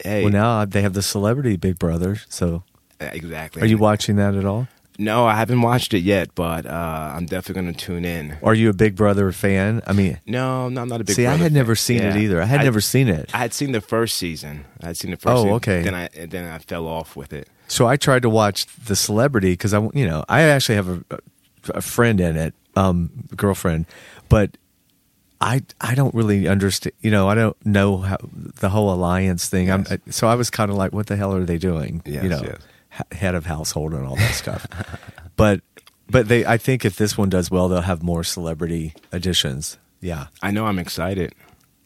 Speaker 3: hey,
Speaker 2: well, now they have the celebrity Big Brother. So,
Speaker 3: exactly.
Speaker 2: are you watching that at all?
Speaker 3: No, I haven't watched it yet, but uh, I'm definitely going to tune in.
Speaker 2: Are you a Big Brother fan? I mean,
Speaker 3: No, no, I'm not a Big
Speaker 2: see,
Speaker 3: Brother.
Speaker 2: I had
Speaker 3: fan.
Speaker 2: never seen it
Speaker 3: Yeah.
Speaker 2: either. I had never seen it.
Speaker 3: I had seen the first season. I had seen the first.
Speaker 2: Oh,
Speaker 3: season.
Speaker 2: okay.
Speaker 3: Then I and then I fell off with it.
Speaker 2: So I tried to watch the celebrity because I, you know, I actually have a, a friend in it, um, girlfriend, but I I don't really understand. You know, I don't know how the whole alliance thing. I'm, so I was kind of like, what the hell are they doing?
Speaker 3: Yes,
Speaker 2: you know,
Speaker 3: yes.
Speaker 2: he- head of household and all that stuff. but but they, I think if this one does well, they'll have more celebrity editions. Yeah.
Speaker 3: I know I'm excited.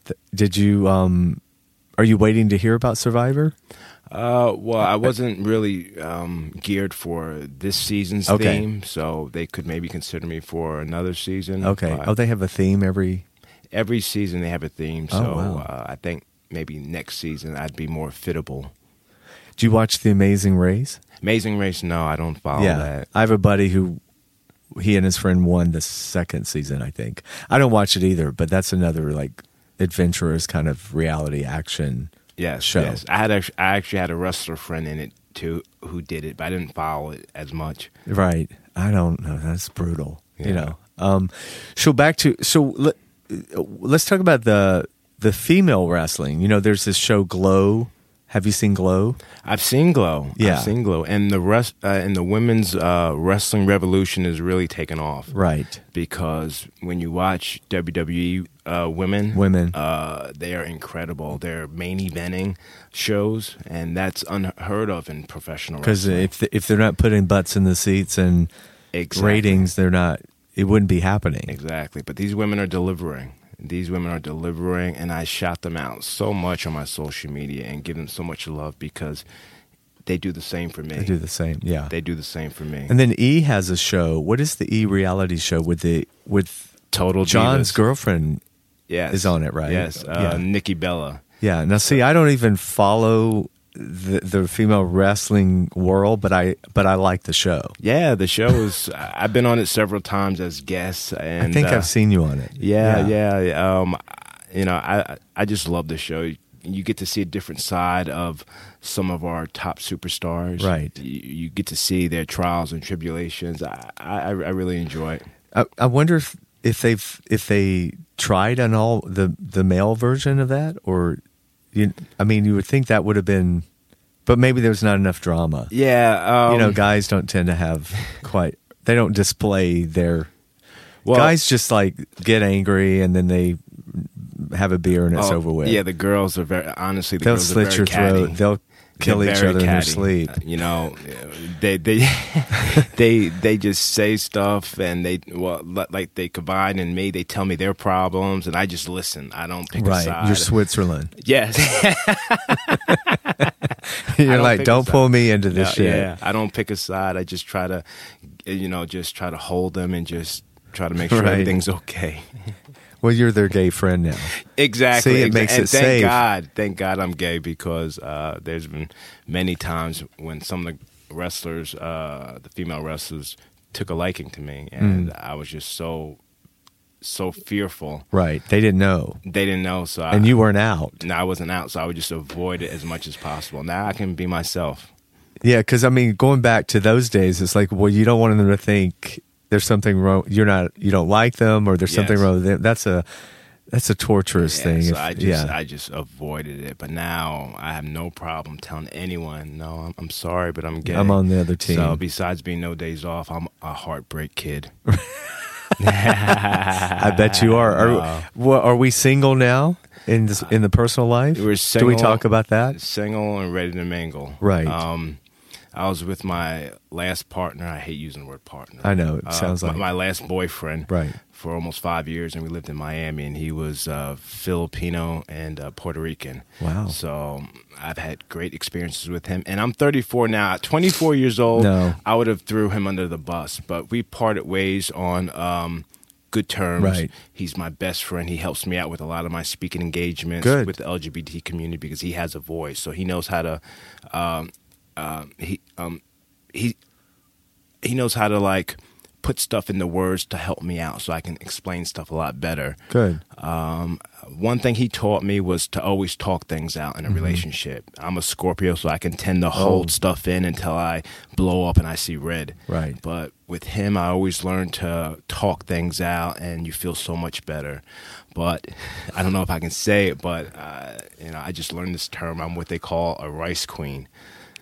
Speaker 2: Th- Did you? um Are you waiting to hear about Survivor?
Speaker 3: Uh, well, I wasn't really um, geared for this season's
Speaker 2: Okay.
Speaker 3: theme, so they could maybe consider me for another season.
Speaker 2: Okay.
Speaker 3: but
Speaker 2: oh, they have a theme every.
Speaker 3: every season they have a theme, so
Speaker 2: Oh, wow.
Speaker 3: uh, I think maybe next season I'd be more fittable.
Speaker 2: Do you watch The Amazing Race?
Speaker 3: Amazing Race? No, I don't follow that.
Speaker 2: I have a buddy who he and his friend won the second season, I think. I don't watch it either, but that's another like adventurous kind of reality action.
Speaker 3: Yes,
Speaker 2: show.
Speaker 3: yes. I had act- I actually had a wrestler friend in it too who did it, but I didn't follow it as much.
Speaker 2: Right. I don't know. That's brutal.
Speaker 3: Yeah.
Speaker 2: You know. Um so back to so let, let's talk about the the female wrestling. You know, there's this show Glow. Have you seen Glow?
Speaker 3: I've seen Glow.
Speaker 2: Yeah.
Speaker 3: I've seen Glow, and the rest uh, and the women's uh, wrestling revolution is really taken off.
Speaker 2: Right.
Speaker 3: because when you watch WWE uh, women,
Speaker 2: Women.
Speaker 3: uh, they are incredible. They're main eventing shows, and that's unheard of in professional.
Speaker 2: Cuz
Speaker 3: wrestling.
Speaker 2: if if they're not putting butts in the seats and
Speaker 3: Exactly.
Speaker 2: ratings, they're not it wouldn't be happening.
Speaker 3: exactly, but these women are delivering. These women are delivering, and I shout them out so much on my social media and give them so much love because they do the same for me.
Speaker 2: They do the same. Yeah.
Speaker 3: They do the same for me.
Speaker 2: And then E has a show. What is the E reality show with the with
Speaker 3: Total
Speaker 2: John's
Speaker 3: Divas.
Speaker 2: girlfriend?
Speaker 3: yes.
Speaker 2: is on it, right?
Speaker 3: Yes, uh,
Speaker 2: Yeah.
Speaker 3: Nikki Bella.
Speaker 2: Yeah. Now, see, I don't even follow the the female wrestling world, but I but I like the show.
Speaker 3: Yeah, the show is. I- I've been on it several times as guests, and
Speaker 2: I think
Speaker 3: uh,
Speaker 2: I've seen you on it.
Speaker 3: Yeah, yeah. Um, you know, I I just love the show. You get to see a different side of some of our top superstars.
Speaker 2: Right.
Speaker 3: You, you get to see their trials and tribulations. I I, I really enjoy it.
Speaker 2: I, I wonder if, if they've if they tried an all the the male version of that, or you. I mean, you would think that would have been, but maybe there's not enough drama.
Speaker 3: Yeah. Um,
Speaker 2: you know, guys don't tend to have quite. They don't display their
Speaker 3: well,
Speaker 2: guys just like get angry and then they have a beer and it's
Speaker 3: oh,
Speaker 2: over with.
Speaker 3: Yeah, the girls are very honestly. The
Speaker 2: they'll
Speaker 3: girls are
Speaker 2: slit
Speaker 3: very
Speaker 2: your
Speaker 3: catty.
Speaker 2: throat. They'll kill
Speaker 3: They're
Speaker 2: each
Speaker 3: very
Speaker 2: other in their
Speaker 3: catty.
Speaker 2: sleep.
Speaker 3: Uh, You know, they they they they just say stuff, and they well li- like they confide in me. They tell me their problems, and I just listen. I don't pick a
Speaker 2: Right,
Speaker 3: side.
Speaker 2: you're Switzerland.
Speaker 3: yes,
Speaker 2: You're
Speaker 3: don't
Speaker 2: like,
Speaker 3: think
Speaker 2: don't
Speaker 3: so.
Speaker 2: pull me into this
Speaker 3: yeah,
Speaker 2: shit.
Speaker 3: yeah. I don't pick a side. I just try to, you know, just try to hold them and just try to make sure
Speaker 2: Right.
Speaker 3: everything's okay.
Speaker 2: Well, you're their gay friend now.
Speaker 3: Exactly.
Speaker 2: See, it
Speaker 3: exa-
Speaker 2: makes
Speaker 3: and
Speaker 2: it
Speaker 3: thank
Speaker 2: safe.
Speaker 3: God, thank God, I'm gay because uh, there's been many times when some of the wrestlers, uh, the female wrestlers, took a liking to
Speaker 2: Hmm.
Speaker 3: me, and I was just so, so fearful.
Speaker 2: Right? They didn't know,
Speaker 3: They didn't know, so I,
Speaker 2: and you weren't out.
Speaker 3: no, I wasn't out, so I would just avoid it as much as possible. Now I can be myself.
Speaker 2: Yeah, because I mean, going back to those days, it's like, well, you don't want them to think there's something wrong. You're not, you don't like them, or there's something
Speaker 3: Yes.
Speaker 2: wrong with them. That's a, that's a torturous
Speaker 3: Yeah,
Speaker 2: thing.
Speaker 3: so
Speaker 2: if-
Speaker 3: I just
Speaker 2: yeah.
Speaker 3: I just avoided it, but now I have no problem telling anyone. No, I'm, I'm sorry, but I'm gay.
Speaker 2: I'm on the other
Speaker 3: So
Speaker 2: team.
Speaker 3: besides being no days off, I'm a heartbreak kid.
Speaker 2: I bet you are. Are, wha- are we single now in this, in the personal life?
Speaker 3: We're
Speaker 2: Do we
Speaker 3: single.
Speaker 2: talk about that?
Speaker 3: single and ready to mingle.
Speaker 2: Right.
Speaker 3: Um, I was with my last partner. I hate using the word partner. Uh,
Speaker 2: I know, it sounds
Speaker 3: my-
Speaker 2: like-
Speaker 3: my, last boyfriend.
Speaker 2: Right.
Speaker 3: For almost five years, and we lived in Miami, and he was uh, Filipino and uh, Puerto Rican.
Speaker 2: Wow.
Speaker 3: So I've had great experiences with him, and I'm 34 now. At 24 years old,
Speaker 2: No.
Speaker 3: I would have threw him under the bus, but we parted ways on. Um, Good terms.
Speaker 2: Right.
Speaker 3: He's my best friend. He helps me out with a lot of my speaking engagements
Speaker 2: Good.
Speaker 3: with the LGBT community because he has a voice, so he knows how to, um, uh, he um, he he knows how to like put stuff into words to help me out, so I can explain stuff a lot better.
Speaker 2: Good.
Speaker 3: One thing he taught me was to always talk things out in
Speaker 2: Mm-hmm.
Speaker 3: a relationship. I'm a Scorpio, so I can tend to
Speaker 2: Oh.
Speaker 3: hold stuff in until I blow up and I see red.
Speaker 2: Right.
Speaker 3: But with him, I always learned to talk things out, and you feel so much better. But I don't know if I can say it, but uh, you know, I just learned this term. I'm what they call a rice queen.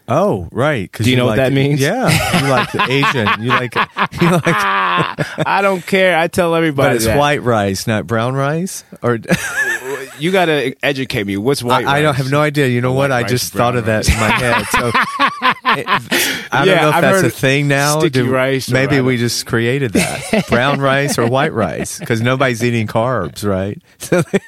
Speaker 2: Oh, right. 'cause
Speaker 3: Do you know what
Speaker 2: like-
Speaker 3: that means?
Speaker 2: Yeah, you like the Asian. You like you like,
Speaker 3: I don't care. I tell everybody.
Speaker 2: but it's
Speaker 3: that.
Speaker 2: white rice, not brown rice. Or
Speaker 3: You got to educate me. What's
Speaker 2: I,
Speaker 3: white?
Speaker 2: I don't
Speaker 3: rice?
Speaker 2: have no idea. You know
Speaker 3: White
Speaker 2: what? I
Speaker 3: rice,
Speaker 2: just
Speaker 3: brown
Speaker 2: thought of that in my head. So it- I don't
Speaker 3: Yeah,
Speaker 2: know if
Speaker 3: I've
Speaker 2: that's
Speaker 3: heard
Speaker 2: a thing now.
Speaker 3: sticky rice or
Speaker 2: maybe
Speaker 3: I
Speaker 2: we
Speaker 3: don't-
Speaker 2: just created that brown rice or white rice because nobody's eating carbs, right? So they,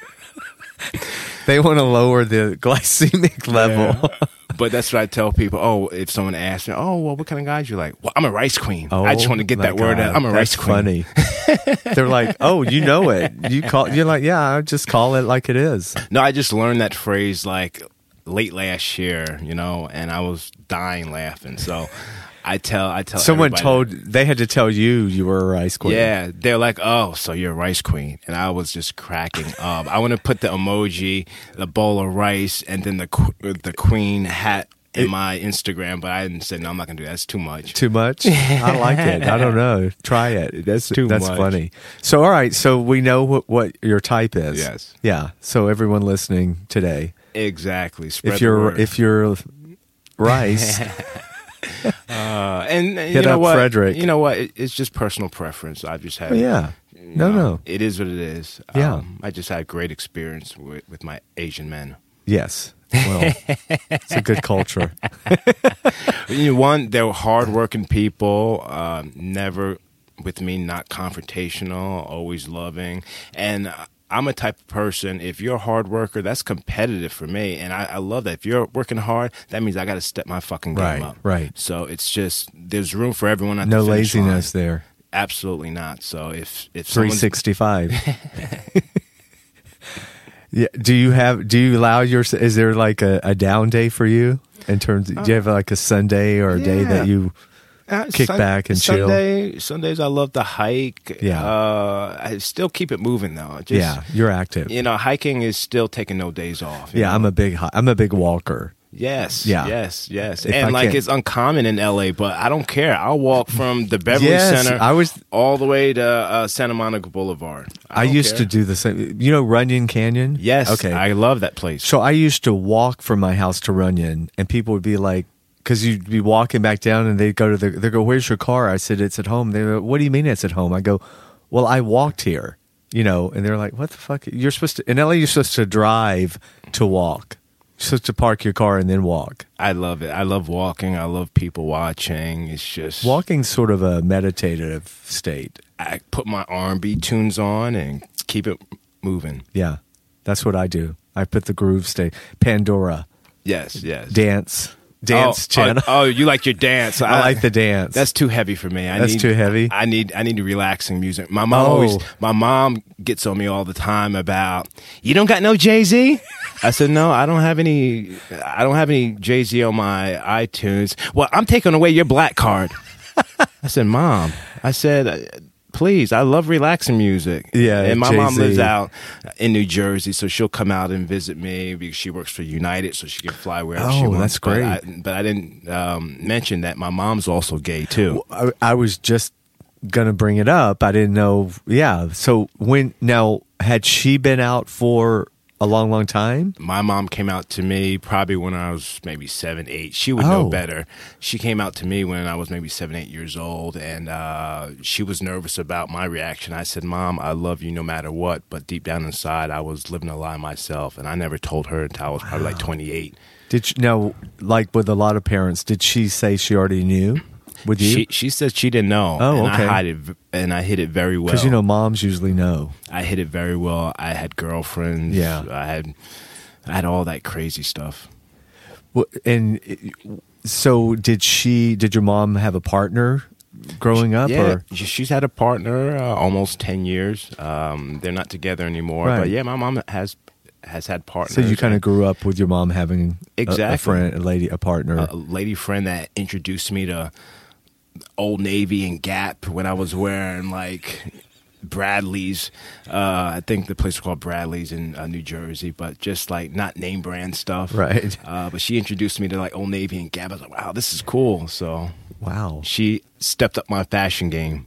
Speaker 2: they want to lower the glycemic level.
Speaker 3: But that's what I tell people. Oh, if someone asks me, oh, well, what kind of guys you like? Well, I'm a rice queen. I just want to get
Speaker 2: Oh my
Speaker 3: that word
Speaker 2: God,
Speaker 3: out. I'm a
Speaker 2: that's
Speaker 3: rice queen.
Speaker 2: Funny. They're like, oh, you know it. You call. You're like, yeah, I just call it like it is.
Speaker 3: No, I just learned that phrase like late last year, you know, and I was dying laughing. So I tell, I tell
Speaker 2: Someone
Speaker 3: everybody-
Speaker 2: told they had to tell you you were a rice queen.
Speaker 3: Yeah, they're like, "Oh, so you're a rice queen," and I was just cracking up. I want to put the emoji, the bowl of rice, and then the qu- the queen hat in my Instagram, but I didn't say no. I'm not gonna do that. That's too much.
Speaker 2: Too much. I like it. I don't know. Try it. That's
Speaker 3: too
Speaker 2: That's
Speaker 3: much.
Speaker 2: funny. So all right. So we know what what your type is.
Speaker 3: Yes.
Speaker 2: Yeah. So everyone listening today,
Speaker 3: exactly. Spread
Speaker 2: if
Speaker 3: the
Speaker 2: you're
Speaker 3: word.
Speaker 2: if you're rice,
Speaker 3: uh, and and
Speaker 2: Hit
Speaker 3: you know
Speaker 2: up
Speaker 3: what,
Speaker 2: Frederick. Oh,
Speaker 3: you know what, It- it's just personal preference. I've just had.
Speaker 2: yeah.
Speaker 3: you
Speaker 2: No, no.
Speaker 3: It is what it is.
Speaker 2: Yeah.
Speaker 3: Um, I just had a great experience with, with my Asian men.
Speaker 2: Yes. Well, it's a good culture.
Speaker 3: You know, one, they were hardworking people, um, never with me, not confrontational, always loving. And uh, I'm a type of person, if you're a hard worker, that's competitive for me. And I, I love that. If you're working hard, that means I got to step my fucking game
Speaker 2: Right,
Speaker 3: up.
Speaker 2: right.
Speaker 3: So it's just, there's room for everyone. At
Speaker 2: No
Speaker 3: the finish line.
Speaker 2: laziness there.
Speaker 3: Absolutely not. So if, if
Speaker 2: three
Speaker 3: someone's
Speaker 2: sixty five. yeah. Do you have? Do you allow your? Is there like a, a down day for you in terms? do you have like a Sunday or a day that
Speaker 3: Uh, yeah.
Speaker 2: you?
Speaker 3: Uh,
Speaker 2: Kick back and chill.
Speaker 3: Sunday, chill. Sundays, I love to hike.
Speaker 2: Yeah.
Speaker 3: uh, I still keep it moving though. Just,
Speaker 2: Yeah, you're active.
Speaker 3: you know, hiking is still taking no days off. you
Speaker 2: Yeah,
Speaker 3: know?
Speaker 2: I'm a big. hi- I'm a big walker.
Speaker 3: Yes,
Speaker 2: Yeah.
Speaker 3: yes, yes.
Speaker 2: If
Speaker 3: and
Speaker 2: I
Speaker 3: like
Speaker 2: can't-
Speaker 3: it's uncommon in LA, but I don't care. I'll walk from the Beverly
Speaker 2: Yes,
Speaker 3: Center
Speaker 2: I was-
Speaker 3: all the way to uh, Santa Monica Boulevard.
Speaker 2: I, used to do the same. You know Runyon Canyon.
Speaker 3: Yes,
Speaker 2: Okay.
Speaker 3: I love that place.
Speaker 2: so I used to walk from my house to Runyon, and people would be like. Because you'd be walking back down, and they'd go to the. They go, "Where's your car?" I said, "It's at home." They go, "What do you mean it's at home?" I go, "Well, I walked here, you know." And they're like, "What the fuck? You're supposed to in LA. You're supposed to drive to walk. You're supposed to park your car and then walk.
Speaker 3: I love it. I love walking. I love people watching. It's just
Speaker 2: Walking's sort of a meditative state.
Speaker 3: I put my R and B tunes on and keep it moving.
Speaker 2: Yeah, that's what I do. I put the groove state, Pandora.
Speaker 3: Yes, yes.
Speaker 2: dance dance
Speaker 3: oh,
Speaker 2: channel.
Speaker 3: Oh, oh, you like your dance.
Speaker 2: I like the dance.
Speaker 3: That's too heavy for me. I
Speaker 2: That's
Speaker 3: need,
Speaker 2: too heavy?
Speaker 3: I need I need relaxing music. My mom
Speaker 2: Oh.
Speaker 3: always my mom gets on me all the time about you don't got no Jay Z. I said no, I don't have any. I don't have any Jay Z on my iTunes. Well, I'm taking away your black card. I said, Mom. I said. "Uh, Please, I love relaxing music.
Speaker 2: Yeah,
Speaker 3: and my mom
Speaker 2: Jay-Z.
Speaker 3: lives out in New Jersey, so she'll come out and visit me because she works for United, so she can fly wherever she
Speaker 2: Oh,
Speaker 3: wants.
Speaker 2: that's
Speaker 3: But
Speaker 2: great.
Speaker 3: I- but I didn't um, mention that my mom's also gay too.
Speaker 2: I, I was just gonna bring it up. I didn't know. Yeah. So when now had she been out for a long, long time?
Speaker 3: My mom came out to me probably when I was maybe seven, eight. She would
Speaker 2: Oh.
Speaker 3: know better. She came out to me when I was maybe seven, eight years old, and uh, she was nervous about my reaction. I said, "Mom, I love you no matter what," but deep down inside, I was living a lie myself, and I never told her until I was probably like twenty-eight.
Speaker 2: Did she, now like with a lot of parents? Did she say she already knew? With you?
Speaker 3: She she said she didn't know.
Speaker 2: Oh,
Speaker 3: and
Speaker 2: okay.
Speaker 3: I hid it, v- and I hid it very well.
Speaker 2: Because you know, moms usually know.
Speaker 3: I hit it very well. I had girlfriends.
Speaker 2: Yeah.
Speaker 3: I had I had all that crazy stuff.
Speaker 2: Well, And so did she? Did your mom have a partner growing up? Or?
Speaker 3: she- she's had a partner uh, almost ten years. Um, they're not together anymore.
Speaker 2: Right.
Speaker 3: But yeah, my mom has has had partners.
Speaker 2: So you kind of grew up with your mom having a- a,
Speaker 3: Exactly. Uh,
Speaker 2: friend, a lady, a partner.
Speaker 3: a lady friend that introduced me to Old Navy and Gap when I was wearing like Bradley's. Uh, I think the place was called Bradley's in uh, New Jersey, but just like not name brand stuff.
Speaker 2: Right.
Speaker 3: Uh, but she introduced me to like Old Navy and Gap. I was like, wow, this is cool. So
Speaker 2: wow.
Speaker 3: she stepped up my fashion game.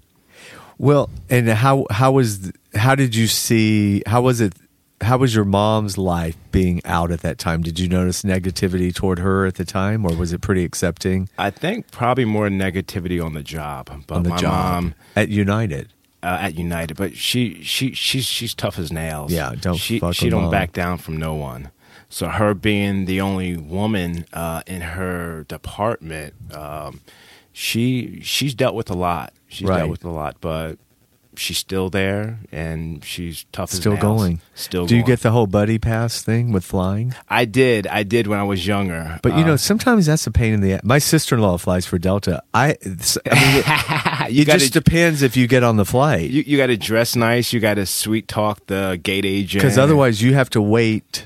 Speaker 2: Well, and how how was how did you see how was it how was your mom's life being out at that time? Did you notice negativity toward her at the time, or was it pretty accepting
Speaker 3: I think probably more negativity on the job. But
Speaker 2: on the
Speaker 3: my
Speaker 2: job
Speaker 3: mom
Speaker 2: at United?
Speaker 3: uh, at United, but she she she's she's tough as nails.
Speaker 2: Yeah, don't
Speaker 3: she
Speaker 2: fuck
Speaker 3: she
Speaker 2: with
Speaker 3: don't
Speaker 2: mom.
Speaker 3: back down from no one. So her being the only woman uh, in her department, um, she she's dealt with a lot. She's
Speaker 2: Right.
Speaker 3: dealt with a lot, but she's still there and she's tough
Speaker 2: Still
Speaker 3: as nails.
Speaker 2: going.
Speaker 3: Still
Speaker 2: Do you
Speaker 3: going.
Speaker 2: get the whole buddy pass thing with flying?
Speaker 3: I did. I did when I was younger. Uh,
Speaker 2: But you know, sometimes that's a pain in the. a- My sister in law flies for Delta. I. it's- I mean, it-
Speaker 3: know,
Speaker 2: it just depends if you get on the flight,
Speaker 3: you, you got to dress nice. You got to sweet talk the gate agent
Speaker 2: because otherwise you have to wait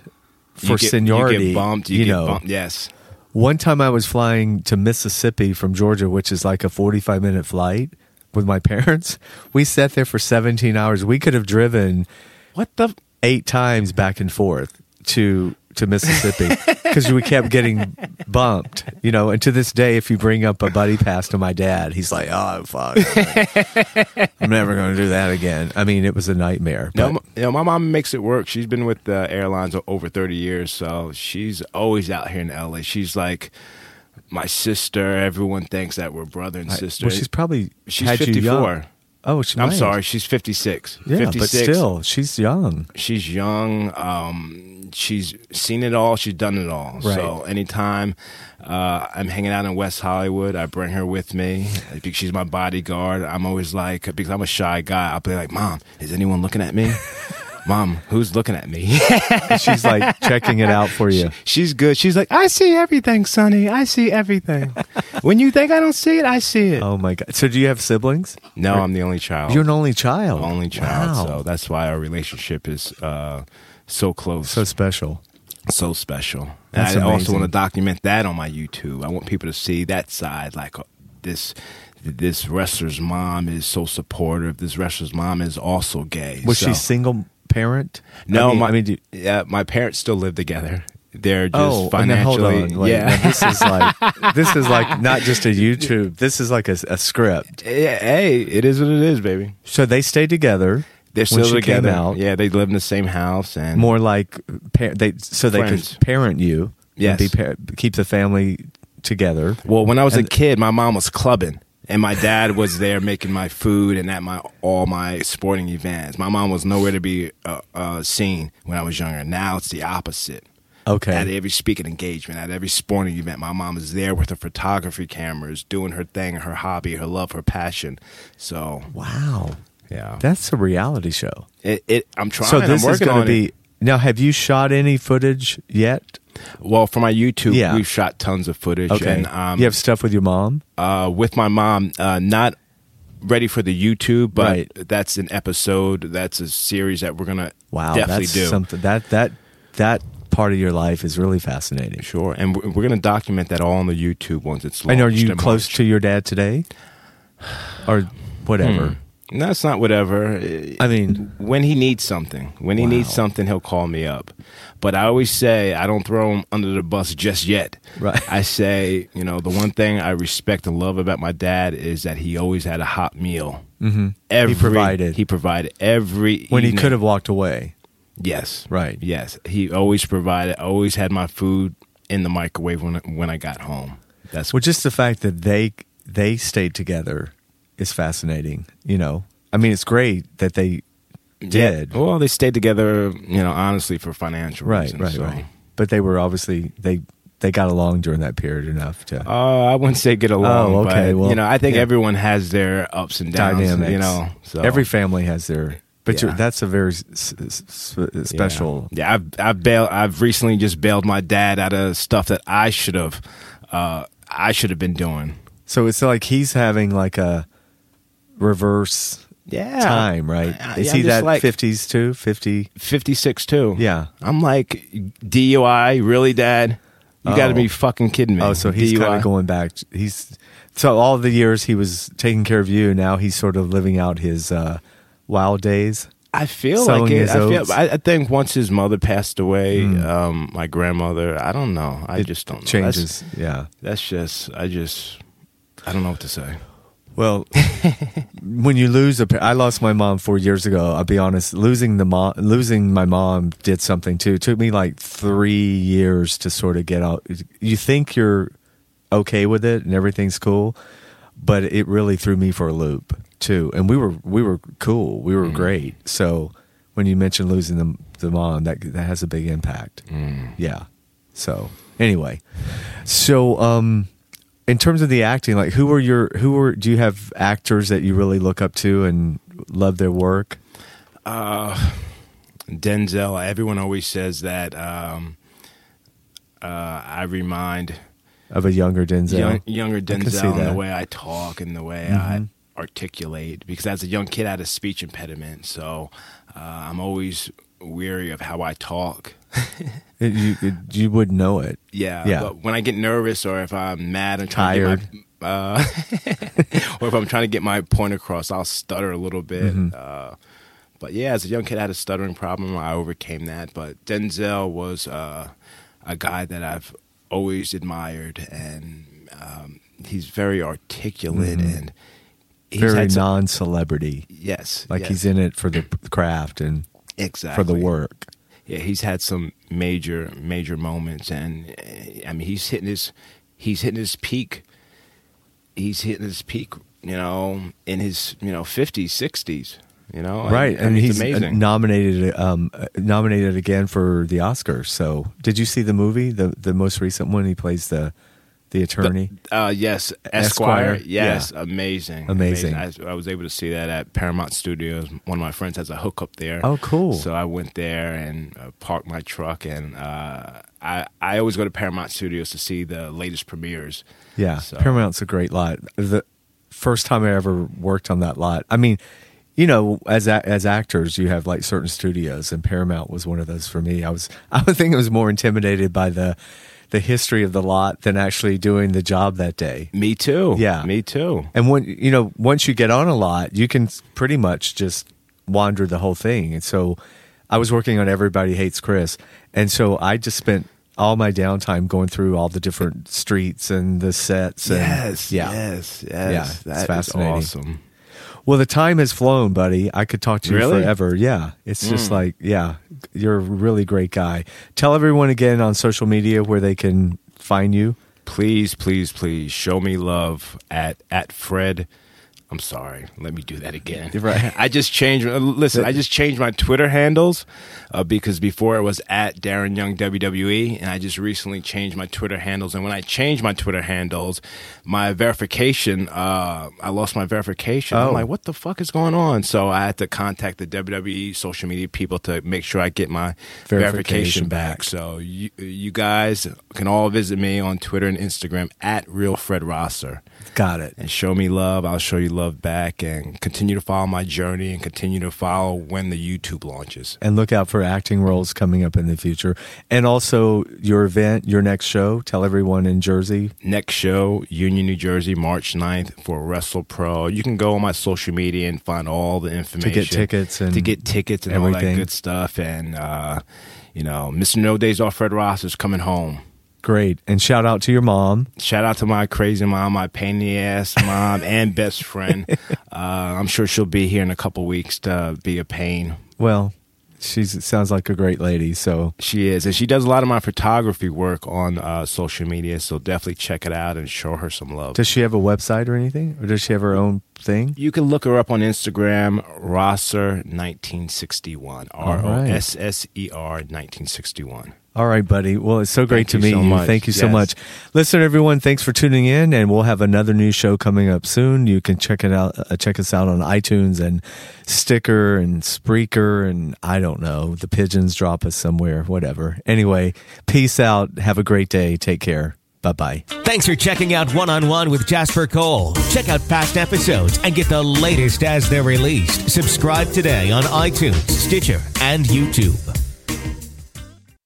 Speaker 3: You
Speaker 2: for
Speaker 3: get-
Speaker 2: seniority.
Speaker 3: You get bumped. You,
Speaker 2: you
Speaker 3: get
Speaker 2: know,
Speaker 3: bumped. Yes.
Speaker 2: One time I was flying to Mississippi from Georgia, which is like a 45 minute flight with my parents. We sat there for 17 hours. We could have driven
Speaker 3: What the?
Speaker 2: eight times back and forth to to Mississippi because we kept getting bumped, you know. And to this day, if you bring up a buddy pass to my dad, he's like, "Oh, fuck, I'm never going to do that again." I mean, it was a nightmare.
Speaker 3: No,
Speaker 2: but-
Speaker 3: m- you know, my mom makes it work. She's been with the airlines o- over 30 years, so she's always out here in LA. She's like my sister. Everyone thinks that we're brother and sister.
Speaker 2: well, she's probably
Speaker 3: She's
Speaker 2: had you young.
Speaker 3: 54.
Speaker 2: Oh, she
Speaker 3: I'm
Speaker 2: might.
Speaker 3: sorry, she's 56.
Speaker 2: Yeah,
Speaker 3: 56.
Speaker 2: but still, she's young.
Speaker 3: she's young. Um, she's seen it all. She's done it all. So
Speaker 2: Right.
Speaker 3: anytime uh, I'm hanging out in West Hollywood, I bring her with me. Because she's my bodyguard. I'm always like, because I'm a shy guy. I'll be like, Mom, is anyone looking at me? Mom, who's looking at me?
Speaker 2: She's like checking it out for you.
Speaker 3: she's good. She's like, I see everything, Sonny. I see everything. when you think I don't see it, I see it.
Speaker 2: Oh my god! So, do you have siblings?
Speaker 3: No, I'm the only child.
Speaker 2: You're an only child.
Speaker 3: Oh. only child.
Speaker 2: Wow.
Speaker 3: So that's why our relationship is uh, so close.
Speaker 2: so special.
Speaker 3: so special.
Speaker 2: That's
Speaker 3: and I also
Speaker 2: amazing.
Speaker 3: want to document that on my YouTube. I want people to see that side, like uh, this. This wrestler's mom is so supportive. This wrestler's mom is also gay.
Speaker 2: Was
Speaker 3: So-
Speaker 2: she single parent?
Speaker 3: No,
Speaker 2: I mean,
Speaker 3: my
Speaker 2: I mean, do,
Speaker 3: yeah, my parents still live together. They're just
Speaker 2: oh, and then hold
Speaker 3: financially.
Speaker 2: on. Wait,
Speaker 3: yeah,
Speaker 2: now this is like this is like not just a YouTube. This is like a, a script.
Speaker 3: Yeah, Hey, it is what it is, baby.
Speaker 2: So they stayed together.
Speaker 3: They're
Speaker 2: when
Speaker 3: still
Speaker 2: she
Speaker 3: together.
Speaker 2: Came out,
Speaker 3: Yeah, they live in the same house and
Speaker 2: More like par- they so they
Speaker 3: Friends.
Speaker 2: could parent you.
Speaker 3: Yes.
Speaker 2: And be par- keep the family together.
Speaker 3: Well, when I was a kid, my mom was clubbing, and my dad was there making my food and at my all my sporting events. My mom was nowhere to be uh, uh, seen when I was younger. Now it's the opposite.
Speaker 2: Okay.
Speaker 3: At every speaking engagement, at every sporting event, my mom is there with her photography cameras, doing her thing, her hobby, her love, her passion. So
Speaker 2: Wow.
Speaker 3: yeah,
Speaker 2: That's a reality show.
Speaker 3: it, it I'm trying.
Speaker 2: So this
Speaker 3: I'm
Speaker 2: is
Speaker 3: working
Speaker 2: going
Speaker 3: on
Speaker 2: to
Speaker 3: it.
Speaker 2: be now. Have you shot any footage yet?
Speaker 3: well for my YouTube.
Speaker 2: Yeah.
Speaker 3: we've shot tons of footage. And, um,
Speaker 2: you have stuff with your mom.
Speaker 3: uh, with my mom, uh, not ready for the YouTube, but
Speaker 2: Right.
Speaker 3: that's an episode. That's a series that we're gonna
Speaker 2: Wow,
Speaker 3: definitely
Speaker 2: that's
Speaker 3: do.
Speaker 2: something that that that part of your life is really fascinating.
Speaker 3: Sure, and we're, we're gonna document that all on the YouTube once it's. Launched
Speaker 2: And are you
Speaker 3: in
Speaker 2: close
Speaker 3: March.
Speaker 2: to your dad today, or whatever?
Speaker 3: No, it's not whatever. Uh,
Speaker 2: I mean,
Speaker 3: When he needs something, when he needs
Speaker 2: Wow.
Speaker 3: something, he'll call me up. But I always say I don't throw him under the bus just yet.
Speaker 2: Right.
Speaker 3: I say, you know, the one thing I respect and love about my dad is that he always had a hot meal. Mm-hmm. Every,
Speaker 2: provided.
Speaker 3: He provided every
Speaker 2: when he
Speaker 3: evening.
Speaker 2: could have walked away,
Speaker 3: Yes.
Speaker 2: Right.
Speaker 3: Yes. He always provided. Always had my food in the microwave when when I got home. That's
Speaker 2: well, just the fact that they they stayed together is fascinating. You know, I mean, it's great that they
Speaker 3: Yeah. Oh,
Speaker 2: did.
Speaker 3: Well, they stayed together. You know, honestly, for financial
Speaker 2: Right,
Speaker 3: reasons.
Speaker 2: right,
Speaker 3: so.
Speaker 2: right. But they were obviously they they got along during that period enough to.
Speaker 3: Uh, I wouldn't say get along.
Speaker 2: Oh, okay,
Speaker 3: But,
Speaker 2: well,
Speaker 3: you know, I think
Speaker 2: yeah.
Speaker 3: everyone has their ups and downs.
Speaker 2: dynamics.
Speaker 3: You know, so
Speaker 2: every family has their. But
Speaker 3: Yeah.
Speaker 2: you're, that's a very s- s- s-
Speaker 3: yeah.
Speaker 2: special.
Speaker 3: Yeah, I've I've bailed. I've recently just bailed my dad out of stuff that I should have. Uh, I should have been doing.
Speaker 2: So it's like he's having like a reverse
Speaker 3: Yeah.
Speaker 2: time, right?
Speaker 3: Yeah,
Speaker 2: Is
Speaker 3: I'm
Speaker 2: he
Speaker 3: just
Speaker 2: that
Speaker 3: like-
Speaker 2: 50s too? 50?
Speaker 3: 56 too.
Speaker 2: Yeah.
Speaker 3: I'm like DUI, really dad? You got to
Speaker 2: Oh.
Speaker 3: be fucking kidding me.
Speaker 2: Oh, so he's kind
Speaker 3: DUI.
Speaker 2: of going back. He's so all the years he was taking care of you, now he's sort of living out his uh, wild days.
Speaker 3: I feel
Speaker 2: sowing
Speaker 3: like it.
Speaker 2: his
Speaker 3: I,
Speaker 2: oats. Hmm.
Speaker 3: feel, I, I think once his mother passed away, um, my grandmother, I don't know. I
Speaker 2: It
Speaker 3: just don't know. That's-
Speaker 2: changes. yeah.
Speaker 3: That's, just I just I don't know what to say.
Speaker 2: Well, when you lose a, pa- I lost my mom four years ago. I'll be honest, losing the mom, losing my mom did something too. It took me like three years to sort of get out. You think you're okay with it and everything's cool, but it really threw me for a loop too. And we were we were cool, we were great. So when you mentioned losing the the mom, that that has a big impact. Yeah. So anyway, so um in terms of the acting, like who are your who are do you have actors that you really look up to and love their work?
Speaker 3: Uh, Denzel, everyone always says that. Um, uh, I remind
Speaker 2: Of a younger Denzel,
Speaker 3: young, younger
Speaker 2: can see
Speaker 3: Denzel in the
Speaker 2: that. Mm-hmm.
Speaker 3: way I talk and the way I articulate because as a young kid I had a speech impediment, so uh, I'm always weary of how I talk.
Speaker 2: It- you it- you would know it.
Speaker 3: Yeah,
Speaker 2: yeah.
Speaker 3: But when I get nervous or if I'm mad and trying to get my, uh, or if I'm trying to get my point across, I'll stutter a little bit.
Speaker 2: Mm-hmm.
Speaker 3: Uh, but yeah, as a young kid, I had a stuttering problem. I overcame that. But Denzel was uh, a guy that I've always admired, and um, he's very articulate and he's
Speaker 2: Mm-hmm. Very
Speaker 3: had some-
Speaker 2: non-celebrity,
Speaker 3: yes,
Speaker 2: like
Speaker 3: yes,
Speaker 2: he's in it for the craft and for
Speaker 3: exactly
Speaker 2: the work.
Speaker 3: yeah, he's had some major, major moments, and uh, I mean, he's hitting his, he's hitting his peak. He's hitting his peak, you know, in his you know fifties, sixties, you know, and-
Speaker 2: right,
Speaker 3: and,
Speaker 2: and,
Speaker 3: it's
Speaker 2: he's uh,
Speaker 3: amazing.
Speaker 2: nominated um uh, nominated again for the Oscar. So, did you see the movie the the most recent one? He plays the the attorney.
Speaker 3: uh, yes, Esquire.
Speaker 2: Esquire,
Speaker 3: Yes,
Speaker 2: yeah.
Speaker 3: amazing,
Speaker 2: Amazing.
Speaker 3: I, I was able to see that at Paramount Studios. One of my friends has a hookup there.
Speaker 2: Oh, cool.
Speaker 3: So I went there and uh, parked my truck, and uh, I I always go to Paramount Studios to see the latest premieres.
Speaker 2: Yeah,
Speaker 3: So-
Speaker 2: Paramount's a great lot. The first time I ever worked on that lot. I mean, you know, as a- as actors, you have like certain studios, and Paramount was one of those for me. I was I would think I was more intimidated by the the history of the lot than actually doing the job that day.
Speaker 3: Me too.
Speaker 2: Yeah.
Speaker 3: me too.
Speaker 2: And when you know, once you get on a lot, you can pretty much just wander the whole thing. And so, I was working on Everybody Hates Chris, and so I just spent all my downtime going through all the different streets and the sets. And,
Speaker 3: Yes,
Speaker 2: yeah.
Speaker 3: yes, yes.
Speaker 2: Yeah, it's
Speaker 3: That is
Speaker 2: fascinating.
Speaker 3: awesome.
Speaker 2: Well, the time has flown, buddy. I could talk to you
Speaker 3: Really?
Speaker 2: forever. Yeah. It's just like, yeah, you're a really great guy. Tell everyone again on social media where they can find you.
Speaker 3: Please, please, please show me love at at Fred. I'm sorry. Let me do that again.
Speaker 2: Right.
Speaker 3: I just changed. uh, Listen, I just changed my Twitter handles uh, because before it was at Darren Young WWE, and I just recently changed my Twitter handles. And when I changed my Twitter handles, my verification, uh, I lost my verification.
Speaker 2: Oh.
Speaker 3: I'm like, what the fuck is going on? So I had to contact the WWE social media people to make sure I get my verification,
Speaker 2: Verification
Speaker 3: back.
Speaker 2: back.
Speaker 3: So you, you guys can all visit me on Twitter and Instagram at Real Fred Rosser
Speaker 2: Got it.
Speaker 3: and show me love. I'll show you love back and continue to follow my journey and continue to follow when the YouTube launches.
Speaker 2: And look out for acting roles coming up in the future. And also your event, your next show. Tell everyone in Jersey.
Speaker 3: Next show, Union, New Jersey, March 9th for Wrestle Pro. You can go on my social media and find all the information
Speaker 2: tickets and
Speaker 3: to get tickets and all
Speaker 2: everything.
Speaker 3: that good stuff. And uh, you know, Mr. No Days Off Fred Ross is coming home.
Speaker 2: Great. And shout out to your mom.
Speaker 3: Shout out to my crazy mom, my pain in the ass mom, and best friend. Uh, I'm sure she'll be here in a couple weeks to be a pain.
Speaker 2: Well, she sounds like a great lady. So
Speaker 3: She is, and she does a lot of my photography work on uh, social media. So definitely check it out and show her some love.
Speaker 2: does she have a website or anything? Or does she have her own thing?
Speaker 3: You can look her up on Instagram, Rosser1961, R O S S E R 1961.
Speaker 2: All right, buddy. Well, it's so great
Speaker 3: Thank
Speaker 2: to
Speaker 3: you
Speaker 2: meet
Speaker 3: so
Speaker 2: you.
Speaker 3: much.
Speaker 2: Thank you so
Speaker 3: Yes.
Speaker 2: much. Listen, everyone, thanks for tuning in, and we'll have another new show coming up soon. You can check it out. Uh, check us out on iTunes and Sticker and Spreaker, and I don't know. The pigeons drop us somewhere, whatever. Anyway, peace out. Have a great day. Take care. Bye bye.
Speaker 1: Thanks for checking out One on One with Jasper Cole. Check out past episodes and get the latest as they're released. Subscribe today on iTunes, Stitcher, and YouTube.